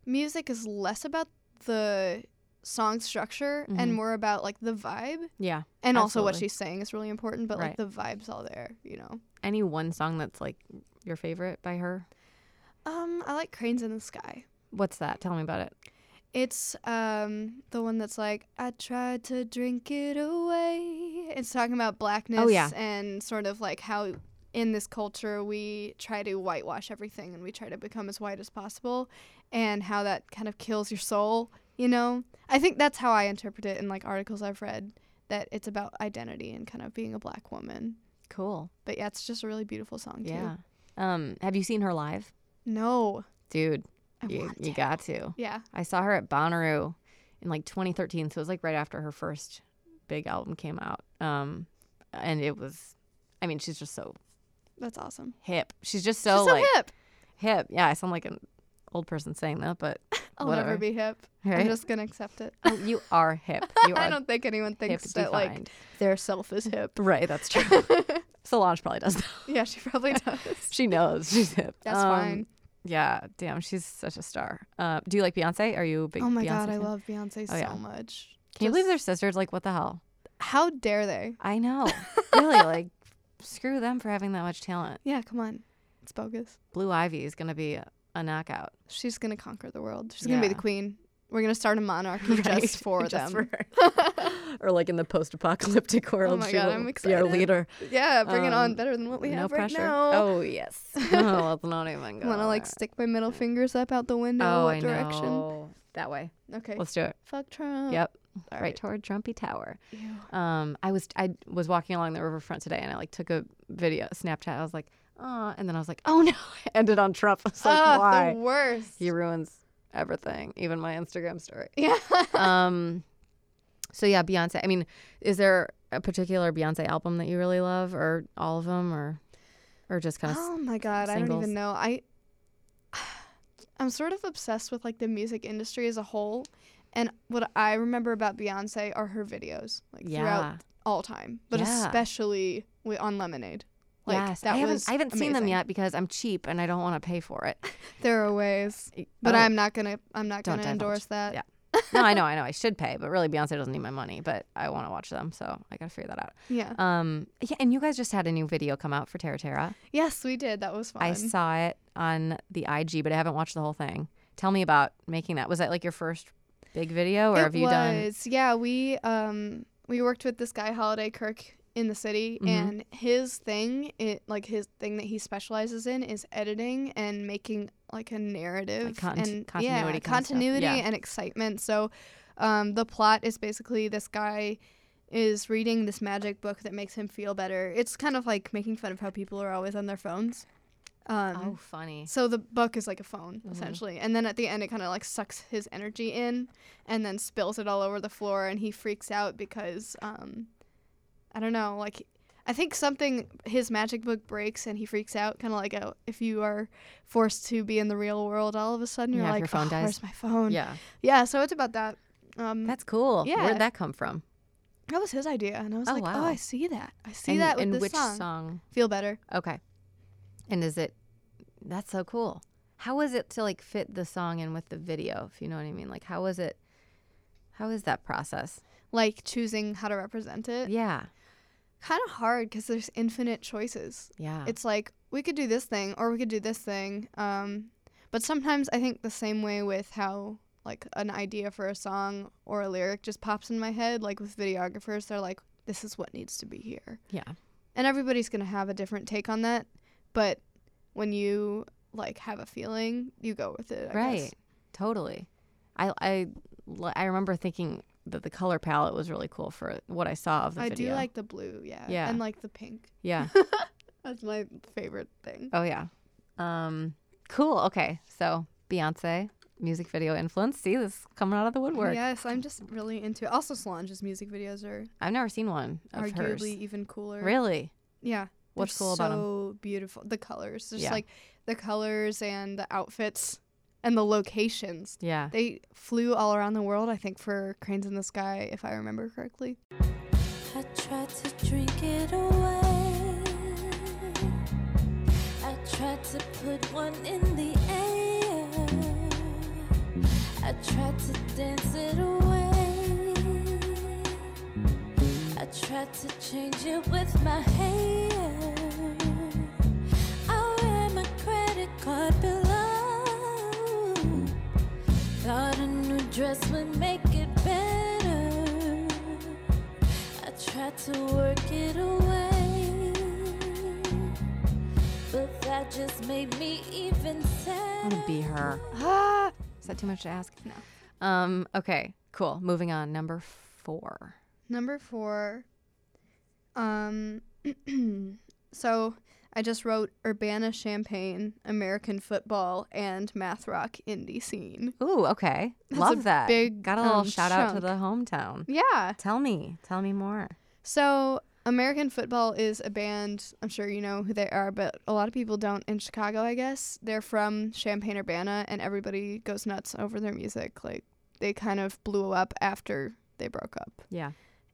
[SPEAKER 3] music is less about the song structure and
[SPEAKER 2] Mhm.
[SPEAKER 3] more about like the vibe
[SPEAKER 2] Yeah.
[SPEAKER 3] and also what
[SPEAKER 2] Absolutely.
[SPEAKER 3] she's saying is really important. But
[SPEAKER 2] Right.
[SPEAKER 3] like the vibes all there, you know.
[SPEAKER 2] Any one song that's like your favorite by her?
[SPEAKER 3] Um, I like Cranes in the Sky.
[SPEAKER 2] What's that? Tell me about it.
[SPEAKER 3] It's um the one that's like I tried to drink it away. It's talking about blackness
[SPEAKER 2] Oh, yeah.
[SPEAKER 3] and sort of like how in this culture we try to whitewash everything and we try to become as white as possible and how that kind of kills your soul, you know? I think that's how I interpret it in like articles I've read that it's about identity and kind of being a black woman.
[SPEAKER 2] Cool.
[SPEAKER 3] But yeah, it's just a really beautiful song too.
[SPEAKER 2] Yeah. Um, have you seen her live?
[SPEAKER 3] No.
[SPEAKER 2] Dude,
[SPEAKER 3] I
[SPEAKER 2] you,
[SPEAKER 3] want
[SPEAKER 2] you
[SPEAKER 3] to.
[SPEAKER 2] got to.
[SPEAKER 3] Yeah.
[SPEAKER 2] I saw her at Bonnaroo in like 2013, so it was like right after her first big album came out. Um, and it was, I mean, she's just so
[SPEAKER 3] That's awesome.
[SPEAKER 2] hip. She's just
[SPEAKER 3] She's
[SPEAKER 2] so
[SPEAKER 3] so
[SPEAKER 2] like
[SPEAKER 3] hip.
[SPEAKER 2] hip. Yeah, I sound like an old person saying that, but
[SPEAKER 3] I'll
[SPEAKER 2] whatever.
[SPEAKER 3] never be hip.
[SPEAKER 2] Right?
[SPEAKER 3] I'm just gonna accept it.
[SPEAKER 2] Oh, you are hip. You are
[SPEAKER 3] I don't think anyone
[SPEAKER 2] hip
[SPEAKER 3] thinks that like
[SPEAKER 2] defined.
[SPEAKER 3] their self is hip.
[SPEAKER 2] right. That's true. Solange probably does. That.
[SPEAKER 3] yeah, she probably does.
[SPEAKER 2] She knows she's hip.
[SPEAKER 3] That's
[SPEAKER 2] Um,
[SPEAKER 3] fine.
[SPEAKER 2] Yeah. Damn, she's such a star. Uh, do you like Beyonce? Are you a big?
[SPEAKER 3] Oh my
[SPEAKER 2] Beyonce
[SPEAKER 3] god, I
[SPEAKER 2] fan?
[SPEAKER 3] love Beyonce
[SPEAKER 2] Oh, yeah.
[SPEAKER 3] so much.
[SPEAKER 2] Can you believe
[SPEAKER 3] Just-
[SPEAKER 2] they're sisters? Like, what the hell?
[SPEAKER 3] How dare they?
[SPEAKER 2] I know. really, like, screw them for having that much talent.
[SPEAKER 3] Yeah, come on, it's bogus.
[SPEAKER 2] Blue Ivy is gonna be a, a knockout.
[SPEAKER 3] She's gonna conquer the world. She's gonna be
[SPEAKER 2] Yeah.
[SPEAKER 3] the queen. We're gonna start a monarchy
[SPEAKER 2] Right?
[SPEAKER 3] just for them. Oh
[SPEAKER 2] her. or like in the post-apocalyptic world,
[SPEAKER 3] my
[SPEAKER 2] she
[SPEAKER 3] God,
[SPEAKER 2] will
[SPEAKER 3] I'm
[SPEAKER 2] be our
[SPEAKER 3] excited.
[SPEAKER 2] leader.
[SPEAKER 3] yeah, bring it on.
[SPEAKER 2] Um,
[SPEAKER 3] Better than what we
[SPEAKER 2] no
[SPEAKER 3] have
[SPEAKER 2] pressure.
[SPEAKER 3] right now.
[SPEAKER 2] Oh yes. oh, let's not even
[SPEAKER 3] I
[SPEAKER 2] go.
[SPEAKER 3] want to like
[SPEAKER 2] there.
[SPEAKER 3] stick my middle fingers up out the window.
[SPEAKER 2] oh,
[SPEAKER 3] what
[SPEAKER 2] I
[SPEAKER 3] direction?
[SPEAKER 2] know. That way.
[SPEAKER 3] Okay.
[SPEAKER 2] Let's do it.
[SPEAKER 3] Fuck Trump.
[SPEAKER 2] Yep.
[SPEAKER 3] All
[SPEAKER 2] Right. toward Trumpy Tower.
[SPEAKER 3] Ew.
[SPEAKER 2] Um, I was I was walking along the riverfront today, and I like took a video Snapchat. I was like, oh, and then I was like, oh no, I ended on Trump. I was like,
[SPEAKER 3] Ah,
[SPEAKER 2] why?
[SPEAKER 3] the worst.
[SPEAKER 2] He ruins everything, even my Instagram story.
[SPEAKER 3] yeah.
[SPEAKER 2] um, so yeah, Beyonce. I mean, is there a particular Beyonce album that you really love, or all of them, or or just kind of?
[SPEAKER 3] Oh my god, I don't
[SPEAKER 2] singles.
[SPEAKER 3] even know. I I'm sort of obsessed with like the music industry as a whole, and what I remember about Beyonce are her videos, like
[SPEAKER 2] yeah.
[SPEAKER 3] throughout all time, but
[SPEAKER 2] Yeah.
[SPEAKER 3] especially wi- on Lemonade. Like
[SPEAKER 2] yes,
[SPEAKER 3] that
[SPEAKER 2] I haven't,
[SPEAKER 3] was
[SPEAKER 2] I haven't seen them
[SPEAKER 3] amazing.
[SPEAKER 2] yet because I'm cheap and I don't want to pay for it.
[SPEAKER 3] There are ways, but
[SPEAKER 2] Oh,
[SPEAKER 3] I'm not gonna I'm not
[SPEAKER 2] Don't
[SPEAKER 3] gonna
[SPEAKER 2] divulge.
[SPEAKER 3] endorse that.
[SPEAKER 2] Yeah. no, I know, I know, I should pay, but really Beyonce doesn't need my money. But I want to watch them, so I gotta figure that out.
[SPEAKER 3] Yeah.
[SPEAKER 2] Um, yeah, and you guys just had a new video come out for Terra Terra.
[SPEAKER 3] Yes, we did. That was fun.
[SPEAKER 2] I saw it on the IG, but I haven't watched the whole thing. Tell me about making that. Was that like your first big video, or
[SPEAKER 3] it
[SPEAKER 2] have you
[SPEAKER 3] was.
[SPEAKER 2] done?
[SPEAKER 3] Yeah, we um we worked with this guy Holiday Kirk in the city
[SPEAKER 2] Mhm.
[SPEAKER 3] and his thing it like his thing that he specializes in is editing and making like a narrative
[SPEAKER 2] cont-
[SPEAKER 3] and
[SPEAKER 2] continuity
[SPEAKER 3] yeah,
[SPEAKER 2] kind of stuff.
[SPEAKER 3] continuity
[SPEAKER 2] Yeah.
[SPEAKER 3] and excitement. So um the plot is basically this guy is reading this magic book that makes him feel better. It's kind of like making fun of how people are always on their phones. Um,
[SPEAKER 2] Oh, funny.
[SPEAKER 3] so the book is like a phone
[SPEAKER 2] Mm-hmm.
[SPEAKER 3] essentially, and then at the end it kind of like sucks his energy in, and then spills it all over the floor, and he freaks out because um, I don't know, like I think something his magic book breaks and he freaks out, kind of like oh, if you are forced to be in the real world, all of a sudden you're
[SPEAKER 2] Yeah, if
[SPEAKER 3] like,
[SPEAKER 2] your phone
[SPEAKER 3] "Oh,
[SPEAKER 2] dies."
[SPEAKER 3] where's my phone?
[SPEAKER 2] Yeah,
[SPEAKER 3] yeah. So it's about that. Um,
[SPEAKER 2] that's cool.
[SPEAKER 3] Yeah.
[SPEAKER 2] Where'd that come from?
[SPEAKER 3] that was his idea, and I was
[SPEAKER 2] Oh,
[SPEAKER 3] like,
[SPEAKER 2] wow.
[SPEAKER 3] oh, I see that. I see
[SPEAKER 2] and
[SPEAKER 3] that with
[SPEAKER 2] and
[SPEAKER 3] this
[SPEAKER 2] which
[SPEAKER 3] song. Feel better.
[SPEAKER 2] Okay. And is it? That's so cool. How is it to like fit the song in with the video? If you know what I mean, like how is it? How is that process?
[SPEAKER 3] Like choosing how to represent it.
[SPEAKER 2] Yeah,
[SPEAKER 3] Kind of hard because there's infinite choices.
[SPEAKER 2] yeah.
[SPEAKER 3] it's like we could do this thing or we could do this thing um, but sometimes i think the same way with how like an idea for a song or a lyric just pops in my head like with videographers they're like this is what needs to be here
[SPEAKER 2] yeah.
[SPEAKER 3] and everybody's going to have a different take on that but when you like have a feeling you go with it I
[SPEAKER 2] right.
[SPEAKER 3] guess.
[SPEAKER 2] Totally. I I li- I remember thinking that the color palette was really cool for what I saw of the
[SPEAKER 3] i
[SPEAKER 2] video.
[SPEAKER 3] do like the blue yeah
[SPEAKER 2] Yeah.
[SPEAKER 3] and like the pink
[SPEAKER 2] Yeah.
[SPEAKER 3] that's my favorite thing
[SPEAKER 2] Oh yeah. Um. Cool. Okay. So Beyonce music video influence. See this is coming out of the woodwork.
[SPEAKER 3] yes i'm just really into it also solange's music videos are
[SPEAKER 2] I've never seen one of
[SPEAKER 3] arguably
[SPEAKER 2] hers.
[SPEAKER 3] even cooler
[SPEAKER 2] Really?
[SPEAKER 3] Yeah.
[SPEAKER 2] What's
[SPEAKER 3] they're
[SPEAKER 2] cool about 'em?
[SPEAKER 3] So beautiful. The colors, just
[SPEAKER 2] Yeah.
[SPEAKER 3] like the colors and the outfits and the locations.
[SPEAKER 2] Yeah.
[SPEAKER 3] They flew all around the world, I think, for Cranes in the Sky, if I remember correctly.
[SPEAKER 1] I tried to drink it away. I tried to put one in the air. I tried to dance it away. tried to change it with my hair. I wear my credit card below. Thought a new dress would make it better. I tried to work it away, but that just made me even
[SPEAKER 2] I
[SPEAKER 1] sadder.
[SPEAKER 2] want to be her. Ah, is that too much to ask? No. Um. Okay. Cool. Moving on. Number four.
[SPEAKER 3] Number four. Um, so I just wrote Urbana Champaign, American football, and math rock indie scene.
[SPEAKER 2] Ooh. Okay.
[SPEAKER 3] That's
[SPEAKER 2] Love
[SPEAKER 3] a
[SPEAKER 2] that.
[SPEAKER 3] big,
[SPEAKER 2] Got a little
[SPEAKER 3] um,
[SPEAKER 2] shout out to
[SPEAKER 3] chunk.
[SPEAKER 2] the hometown.
[SPEAKER 3] Yeah.
[SPEAKER 2] Tell me. Tell me more.
[SPEAKER 3] So American football is a band. I'm sure you know who they are, but a lot of people don't in Chicago. I guess they're from Champaign Urbana, and everybody goes nuts over their music. Like they kind of blew up after they broke up,
[SPEAKER 2] Yeah.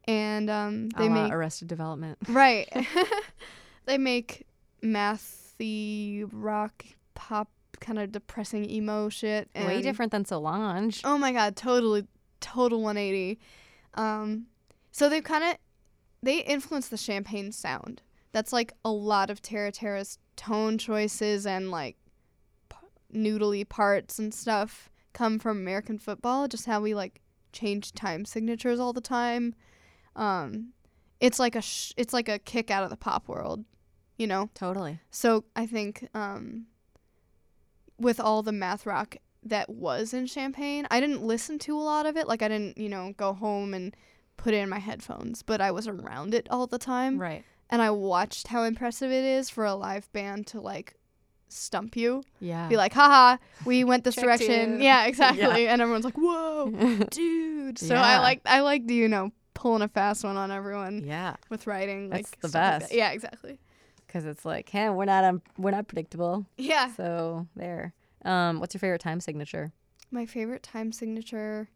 [SPEAKER 3] and um,
[SPEAKER 2] They
[SPEAKER 3] they make
[SPEAKER 2] Arrested Development.
[SPEAKER 3] Right. they make mathy rock pop kind of depressing emo shit and
[SPEAKER 2] Way different than Solange.
[SPEAKER 3] Oh my god, totally total 180. Um so they've kind of they influence the champagne sound. That's like a lot of Terra Terra's tone choices and like p- noodly parts and stuff come from American football, just how we like change time signatures all the time. Um it's like a sh- it's like a kick out of the pop world, you know.
[SPEAKER 2] Totally.
[SPEAKER 3] So I think um, with all the math rock that was in Champagne, I didn't listen to a lot of it. Like I didn't, you know, go home and put it in my headphones, but I was around it all the time,
[SPEAKER 2] Right.
[SPEAKER 3] and I watched how impressive it is for a live band to like stump you,
[SPEAKER 2] Yeah.
[SPEAKER 3] be like, haha, we went this
[SPEAKER 2] Tricked
[SPEAKER 3] direction,
[SPEAKER 2] you.
[SPEAKER 3] yeah, exactly, and everyone's like, whoa, dude. So I
[SPEAKER 2] Yeah.
[SPEAKER 3] like, I like, do you know, pulling a fast one on everyone
[SPEAKER 2] yeah.
[SPEAKER 3] with writing, like
[SPEAKER 2] That's the
[SPEAKER 3] stuff like that.
[SPEAKER 2] best.
[SPEAKER 3] Yeah, exactly.
[SPEAKER 2] Because it's like, hey, we're not um, we're not predictable.
[SPEAKER 3] Yeah.
[SPEAKER 2] So there. Um, what's your favorite time signature
[SPEAKER 3] My favorite time signature,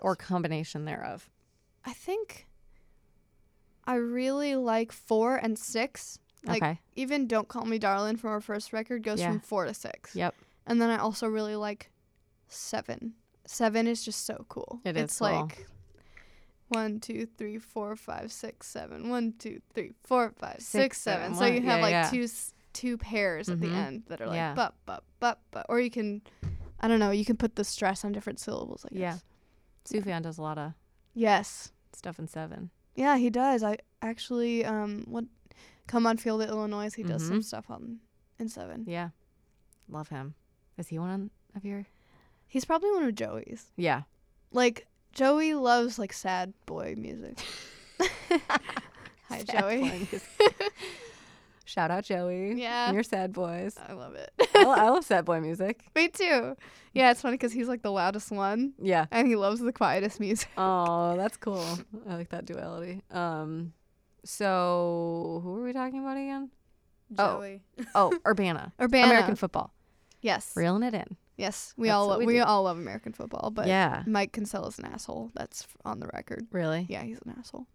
[SPEAKER 2] or combination thereof?
[SPEAKER 3] I think I really like four and six. Like
[SPEAKER 2] okay.
[SPEAKER 3] even Don't Call Me Darling from our first record goes
[SPEAKER 2] Yeah.
[SPEAKER 3] from four to six.
[SPEAKER 2] Yep.
[SPEAKER 3] And then I also really like seven. Seven is just so cool.
[SPEAKER 2] It is
[SPEAKER 3] it's
[SPEAKER 2] cool.
[SPEAKER 3] like one, two, three, four, five, six, seven. One, two, three, four, five, six,
[SPEAKER 2] Six,
[SPEAKER 3] seven.
[SPEAKER 2] seven.
[SPEAKER 3] So you
[SPEAKER 2] One-
[SPEAKER 3] have
[SPEAKER 2] yeah,
[SPEAKER 3] like
[SPEAKER 2] yeah.
[SPEAKER 3] two s- two pairs at
[SPEAKER 2] Mhm.
[SPEAKER 3] the end that are like
[SPEAKER 2] Yeah.
[SPEAKER 3] bup bup bup bup or you can I don't know, you can put the stress on different syllables, I guess.
[SPEAKER 2] Yeah. Sufjan does a lot of
[SPEAKER 3] Yes.
[SPEAKER 2] stuff in seven.
[SPEAKER 3] Yeah, he does. I actually um what come on field at Illinois. He does some
[SPEAKER 2] Mhm.
[SPEAKER 3] stuff on in seven.
[SPEAKER 2] Yeah. Love him. Is he one on, of your?
[SPEAKER 3] He's probably one of Joey's.
[SPEAKER 2] Yeah.
[SPEAKER 3] Like Joey loves like sad boy music. Hi
[SPEAKER 2] Sad
[SPEAKER 3] Joey.
[SPEAKER 2] boy music. Shout out Joey. and
[SPEAKER 3] Yeah.
[SPEAKER 2] your sad boys.
[SPEAKER 3] I love it.
[SPEAKER 2] I, lo- I love sad boy music.
[SPEAKER 3] Me too. Yeah, it's funny because he's like the loudest one,
[SPEAKER 2] Yeah.
[SPEAKER 3] and he loves the quietest music.
[SPEAKER 2] Oh, that's cool. I like that duality. Um, so who are we talking about again? Oh. Oh, Urbana,
[SPEAKER 3] Urbana.
[SPEAKER 2] American football,
[SPEAKER 3] Yes.
[SPEAKER 2] reeling it in.
[SPEAKER 3] Yes. We
[SPEAKER 2] That's
[SPEAKER 3] all
[SPEAKER 2] what
[SPEAKER 3] lo- we,
[SPEAKER 2] we do.
[SPEAKER 3] all love American football, but
[SPEAKER 2] yeah,
[SPEAKER 3] Mike Kinsella's an asshole. That's f- on the record.
[SPEAKER 2] really.
[SPEAKER 3] Yeah, he's an asshole,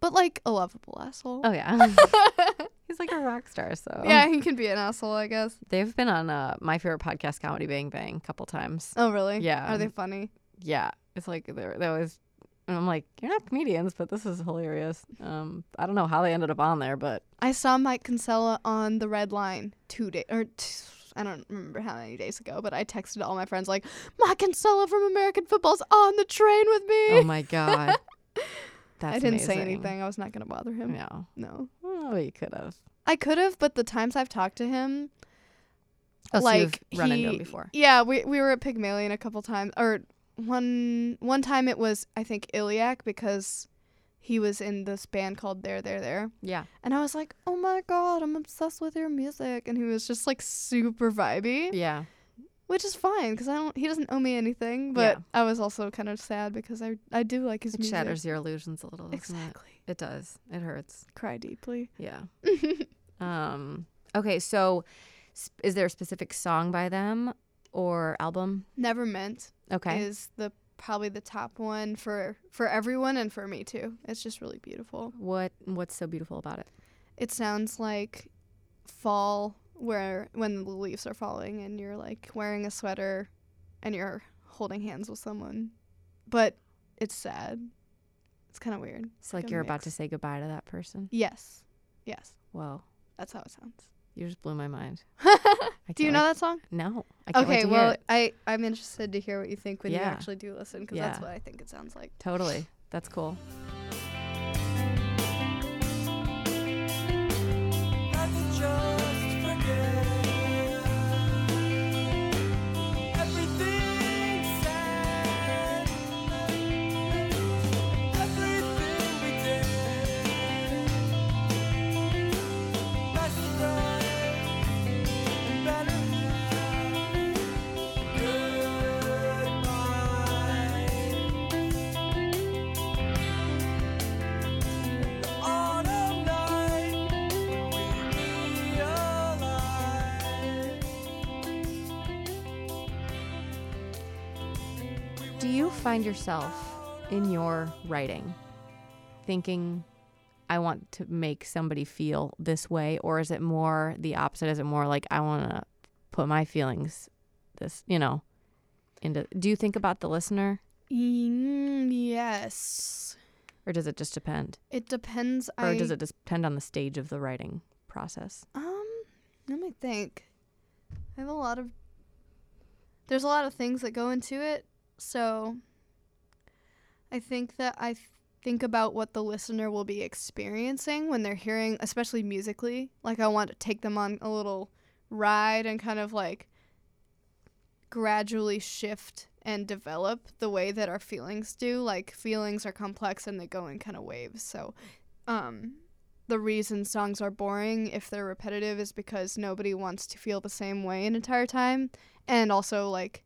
[SPEAKER 3] but like a lovable asshole.
[SPEAKER 2] Oh yeah, he's like a rock star. So
[SPEAKER 3] Yeah, he can be an asshole, I guess.
[SPEAKER 2] they've been on uh, my favorite podcast, Comedy Bang Bang, a couple times.
[SPEAKER 3] Oh, really?
[SPEAKER 2] Yeah.
[SPEAKER 3] Are they funny?
[SPEAKER 2] Yeah, it's like they're they always. And I'm like, you're not comedians, but this is hilarious. Um, I don't know how they ended up on there, but
[SPEAKER 3] I saw Mike Kinsella on the Red Line two days, or t- I don't remember how many days ago, but I texted all my friends like, Mike Kinsella from American Football's on the train with me.
[SPEAKER 2] oh my god, that's
[SPEAKER 3] I didn't say
[SPEAKER 2] amazing.
[SPEAKER 3] anything. I was not going to bother him.
[SPEAKER 2] No,
[SPEAKER 3] No.
[SPEAKER 2] oh, you could have.
[SPEAKER 3] I could have, but the times I've talked to him,
[SPEAKER 2] Oh, so
[SPEAKER 3] like
[SPEAKER 2] you've run into
[SPEAKER 3] he-
[SPEAKER 2] him before.
[SPEAKER 3] Yeah, we we were at Pygmalion a couple times, or one one time it was I think Iliac because he was in this band called There There There.
[SPEAKER 2] Yeah.
[SPEAKER 3] And I was like, oh my God, I'm obsessed with your music. And he was just like super vibey,
[SPEAKER 2] Yeah.
[SPEAKER 3] which is fine because I don't, he doesn't owe me anything. But I was also kind of sad because I, I do like his
[SPEAKER 2] It
[SPEAKER 3] music.
[SPEAKER 2] shatters your illusions a little. doesn't it?
[SPEAKER 3] Exactly.
[SPEAKER 2] It? does. It hurts.
[SPEAKER 3] Cry deeply.
[SPEAKER 2] Yeah. um. Okay. So, s- is there a specific song by them or album?
[SPEAKER 3] Never Meant
[SPEAKER 2] Okay.
[SPEAKER 3] is the probably the top one for for everyone and for me too. It's just really beautiful.
[SPEAKER 2] what What's so beautiful about it?
[SPEAKER 3] It sounds like fall where when the leaves are falling and you're like wearing a sweater and you're holding hands with someone. But it's sad. It's It's kind of weird.
[SPEAKER 2] It's like
[SPEAKER 3] Good
[SPEAKER 2] you're about to
[SPEAKER 3] mix.
[SPEAKER 2] say goodbye to that person.
[SPEAKER 3] Yes. Yes.
[SPEAKER 2] Whoa,
[SPEAKER 3] That's how it sounds.
[SPEAKER 2] you just blew my mind. I
[SPEAKER 3] Do you
[SPEAKER 2] can't
[SPEAKER 3] know
[SPEAKER 2] wait-
[SPEAKER 3] that song?
[SPEAKER 2] No. I can't wait
[SPEAKER 3] Okay,
[SPEAKER 2] to
[SPEAKER 3] well,
[SPEAKER 2] hear it.
[SPEAKER 3] I I'm interested to hear what you think when you
[SPEAKER 2] Yeah.
[SPEAKER 3] actually do listen because that's
[SPEAKER 2] Yeah.
[SPEAKER 3] what I think it sounds like.
[SPEAKER 2] totally. That's cool.
[SPEAKER 4] I could just forget everything sad, everything we did. Best friend, better half. Goodbye. Autumn night.
[SPEAKER 2] Do you find yourself in your writing thinking, I want to make somebody feel this way? Or is it more the opposite? Is it more like, I want to put my feelings, this, you know, into. Do you think about the listener
[SPEAKER 3] Mm, yes.
[SPEAKER 2] or does it just depend?
[SPEAKER 3] It depends.
[SPEAKER 2] Or
[SPEAKER 3] I,
[SPEAKER 2] does it just depend on the stage of the writing process?
[SPEAKER 3] Um, let me think. I have a lot of. There's a lot of things that go into it, so. I think that I th- think about what the listener will be experiencing when they're hearing, especially musically. Like I want to take them on a little ride and kind of like gradually shift and develop the way that our feelings do. Like feelings are complex and they go in kind of waves. So, um, the reason songs are boring if they're repetitive is because nobody wants to feel the same way an entire time and also like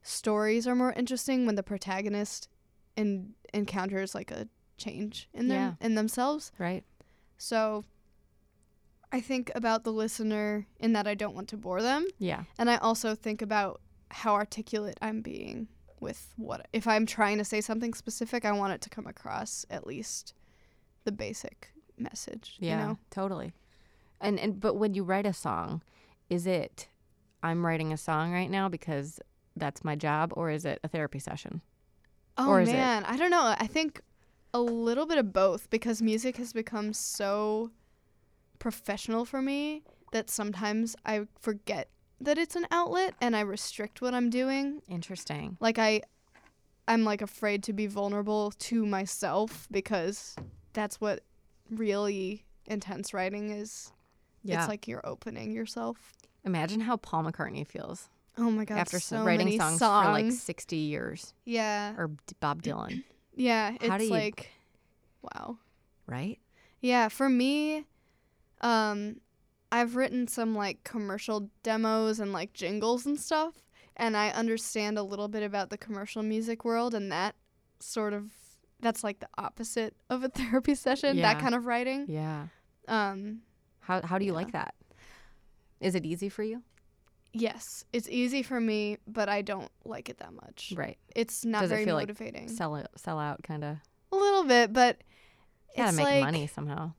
[SPEAKER 3] stories are more interesting when the protagonist en- encounters like a change in them in themselves
[SPEAKER 2] Right?
[SPEAKER 3] so i think about the listener in that i don't want to bore them
[SPEAKER 2] Yeah.
[SPEAKER 3] and i also think about how articulate i'm being with what if i'm trying to say something specific i want it to come across at least the basic message
[SPEAKER 2] Yeah,
[SPEAKER 3] you know
[SPEAKER 2] totally. And and but when you write a song, is it I'm writing a song right now because that's my job, or is it a therapy session?
[SPEAKER 3] Oh
[SPEAKER 2] Or is it-
[SPEAKER 3] man, I don't know. I think a little bit of both because music has become so professional for me that sometimes I forget that it's an outlet and I restrict what I'm doing.
[SPEAKER 2] Interesting.
[SPEAKER 3] Like I I'm like afraid to be vulnerable to myself because that's what really intense writing is.
[SPEAKER 2] Yeah.
[SPEAKER 3] It's like you're opening yourself.
[SPEAKER 2] Imagine how Paul McCartney feels
[SPEAKER 3] Oh my god.
[SPEAKER 2] after s-
[SPEAKER 3] so
[SPEAKER 2] writing
[SPEAKER 3] many
[SPEAKER 2] songs, for like
[SPEAKER 3] songs.
[SPEAKER 2] 60 years,
[SPEAKER 3] Yeah.
[SPEAKER 2] or D- Bob Dylan,
[SPEAKER 3] Yeah,
[SPEAKER 2] How do
[SPEAKER 3] it's
[SPEAKER 2] you-
[SPEAKER 3] like wow.
[SPEAKER 2] right?
[SPEAKER 3] Yeah, for me, um, I've written some like commercial demos and like jingles and stuff, and I understand a little bit about the commercial music world, and that sort of that's like the opposite of a therapy session.
[SPEAKER 2] Yeah.
[SPEAKER 3] That kind of writing.
[SPEAKER 2] Yeah.
[SPEAKER 3] Um,
[SPEAKER 2] How how do you
[SPEAKER 3] Yeah.
[SPEAKER 2] like that? Is it easy for you?
[SPEAKER 3] yes, it's easy for me, but I don't like it that much.
[SPEAKER 2] Right.
[SPEAKER 3] It's not
[SPEAKER 2] Does it
[SPEAKER 3] very
[SPEAKER 2] feel like
[SPEAKER 3] motivating.
[SPEAKER 2] Sell out, sell out, kind of.
[SPEAKER 3] a little bit, but
[SPEAKER 2] Gotta
[SPEAKER 3] it's
[SPEAKER 2] make
[SPEAKER 3] like
[SPEAKER 2] money somehow.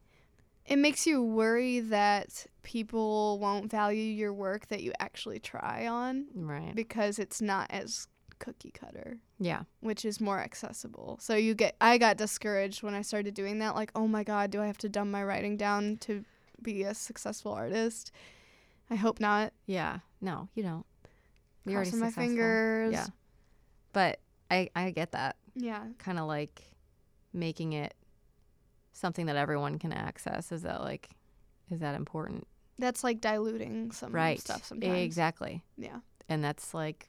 [SPEAKER 3] it makes you worry that people won't value your work that you actually try on
[SPEAKER 2] Right.
[SPEAKER 3] because it's not as cookie cutter,
[SPEAKER 2] Yeah.
[SPEAKER 3] which is more accessible. So you get I got discouraged when I started doing that like, "Oh my god, do I have to dumb my writing down to be a successful artist?" I hope not.
[SPEAKER 2] Yeah. No, you don't. You're already
[SPEAKER 3] Crossing my
[SPEAKER 2] successful.
[SPEAKER 3] fingers.
[SPEAKER 2] Yeah. But I I get that.
[SPEAKER 3] Yeah.
[SPEAKER 2] kind of like making it something that everyone can access is that like is that important
[SPEAKER 3] That's like diluting some
[SPEAKER 2] right
[SPEAKER 3] stuff sometimes.
[SPEAKER 2] exactly
[SPEAKER 3] Yeah.
[SPEAKER 2] and that's like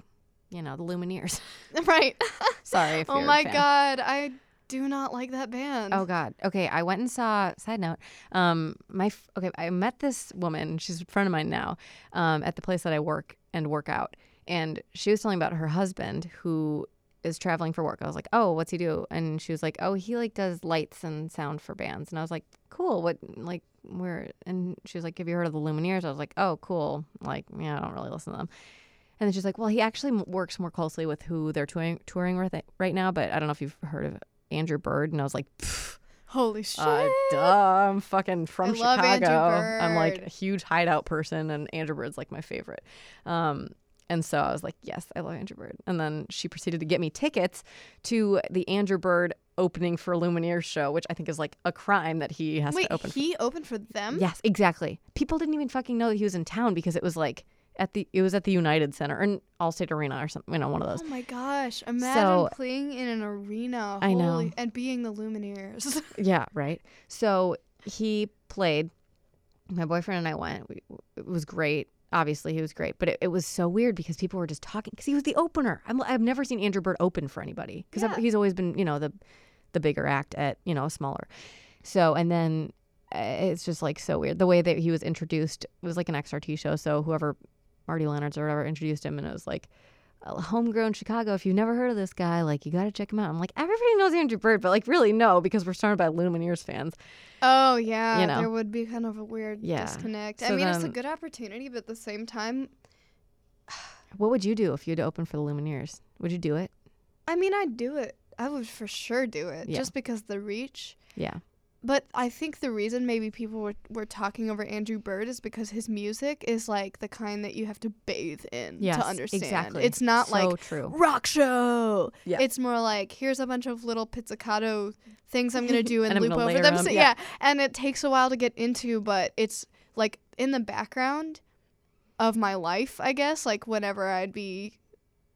[SPEAKER 2] you know the lumineers
[SPEAKER 3] right.
[SPEAKER 2] sorry if
[SPEAKER 3] oh
[SPEAKER 2] you're a
[SPEAKER 3] my
[SPEAKER 2] fan.
[SPEAKER 3] god, I do not like that band.
[SPEAKER 2] oh god okay i went and saw side note um my f- okay i met this woman she's a friend of mine now um at the place that i work and work out and she was telling about her husband who is traveling for work i was like oh what's he do and she was like oh he like does lights and sound for bands and i was like cool what like where and she was like have you heard of the lumineers i was like oh cool like yeah i don't really listen to them and then she's like, "Well, he actually m- works more closely with who they're touring touring with it right now, but I don't know if you've heard of Andrew Bird." And I was like, "Pff,
[SPEAKER 3] Holy shit.
[SPEAKER 2] uh, duh, I'm fucking from
[SPEAKER 3] I love
[SPEAKER 2] Chicago.
[SPEAKER 3] Andrew
[SPEAKER 2] I'm like
[SPEAKER 3] Bird.
[SPEAKER 2] a huge hideout person, and Andrew Bird's like my favorite. Um, and so I was like, yes, I love Andrew Bird. And then she proceeded to get me tickets to the Andrew Bird opening for Lumineers show, which I think is like a crime that he has
[SPEAKER 3] Wait,
[SPEAKER 2] to open.
[SPEAKER 3] he opened for them?
[SPEAKER 2] Yes, exactly. People didn't even fucking know that he was in town because it was like at the it was at the United Center and Allstate Arena or something, you know, one of
[SPEAKER 3] Oh
[SPEAKER 2] those.
[SPEAKER 3] my gosh! Imagine playing in an arena.
[SPEAKER 2] I know.
[SPEAKER 3] holy- and being the Lumineers.
[SPEAKER 2] Yeah, right. So he played. My boyfriend and I went. We, it was great. Obviously, he was great, but it, it was so weird because people were just talking because he was the opener. I'm, I've never seen Andrew Bird open for anybody because
[SPEAKER 3] Yeah.
[SPEAKER 2] he's always been, you know, the the bigger act at you know smaller. So and then uh, it's just like so weird the way that he was introduced it was like an XRT show. So whoever Marty Leonard's or whatever introduced him and it was like uh, homegrown Chicago. If you've never heard of this guy, like you got to check him out. I'm like everybody knows Andrew Bird, but like really no because we're surrounded by Lumineers fans.
[SPEAKER 3] oh yeah,
[SPEAKER 2] You know.
[SPEAKER 3] there would be kind of a weird
[SPEAKER 2] Yeah.
[SPEAKER 3] disconnect. I
[SPEAKER 2] So
[SPEAKER 3] mean, it's a
[SPEAKER 2] then-
[SPEAKER 3] good opportunity, but at the same time,
[SPEAKER 2] What would you do if you had to open for the Lumineers? Would you do it?
[SPEAKER 3] I mean, I'd do it. I would for sure do it,
[SPEAKER 2] Yeah.
[SPEAKER 3] just because the reach.
[SPEAKER 2] Yeah,
[SPEAKER 3] But I think the reason maybe people were, were talking over Andrew Bird is because his music is like the kind that you have to bathe in
[SPEAKER 2] Yes,
[SPEAKER 3] to understand.
[SPEAKER 2] exactly.
[SPEAKER 3] It's not
[SPEAKER 2] so
[SPEAKER 3] like
[SPEAKER 2] true.
[SPEAKER 3] rock show.
[SPEAKER 2] Yeah.
[SPEAKER 3] It's more like here's a bunch of little pizzicato things I'm gonna do and,
[SPEAKER 2] And I'm
[SPEAKER 3] loop
[SPEAKER 2] gonna
[SPEAKER 3] over
[SPEAKER 2] layer
[SPEAKER 3] them.
[SPEAKER 2] them,
[SPEAKER 3] So,
[SPEAKER 2] yeah.
[SPEAKER 3] yeah. And it takes a while to get into, but it's like in the background of my life, I guess. Like whenever I'd be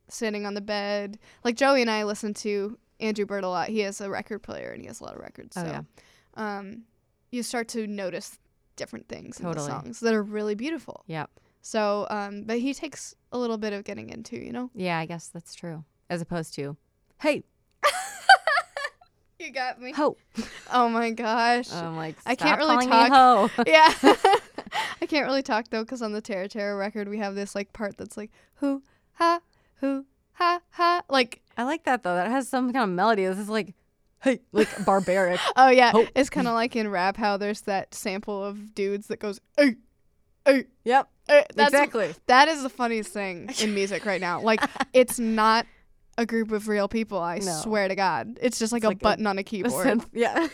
[SPEAKER 3] sitting on the bed. Like Joey and I listen to Andrew Bird a lot. He has a record player and he has a lot of records.
[SPEAKER 2] Oh,
[SPEAKER 3] so
[SPEAKER 2] yeah.
[SPEAKER 3] um you start to notice different things in
[SPEAKER 2] Totally.
[SPEAKER 3] the songs that are really beautiful.
[SPEAKER 2] Yep.
[SPEAKER 3] So, um, but he takes a little bit of getting into, you know?
[SPEAKER 2] Yeah, I guess that's true. As opposed to, hey
[SPEAKER 3] You got me.
[SPEAKER 2] ho,
[SPEAKER 3] Oh my gosh.
[SPEAKER 2] I'm like
[SPEAKER 3] I
[SPEAKER 2] "Stop
[SPEAKER 3] can't really
[SPEAKER 2] calling me
[SPEAKER 3] talk."
[SPEAKER 2] ho.
[SPEAKER 3] yeah. I can't really talk though, because on the Terra Terra record, we have this like part that's like, hoo, ha, hoo, ha, ha. Like,
[SPEAKER 2] I like that though. That has some kind of melody. This is like, hey, like barbaric.
[SPEAKER 3] oh yeah.
[SPEAKER 2] Ho.
[SPEAKER 3] It's kind of like in rap how there's that sample of dudes that goes, hey, hey,
[SPEAKER 2] yep,
[SPEAKER 3] hey. That's,
[SPEAKER 2] exactly.
[SPEAKER 3] That is the funniest thing in music right now. Like, it's not a group of real people, I
[SPEAKER 2] No.
[SPEAKER 3] swear to God. It's just like a
[SPEAKER 2] like a-
[SPEAKER 3] button on a
[SPEAKER 2] A
[SPEAKER 3] keyboard.
[SPEAKER 2] synth- yeah.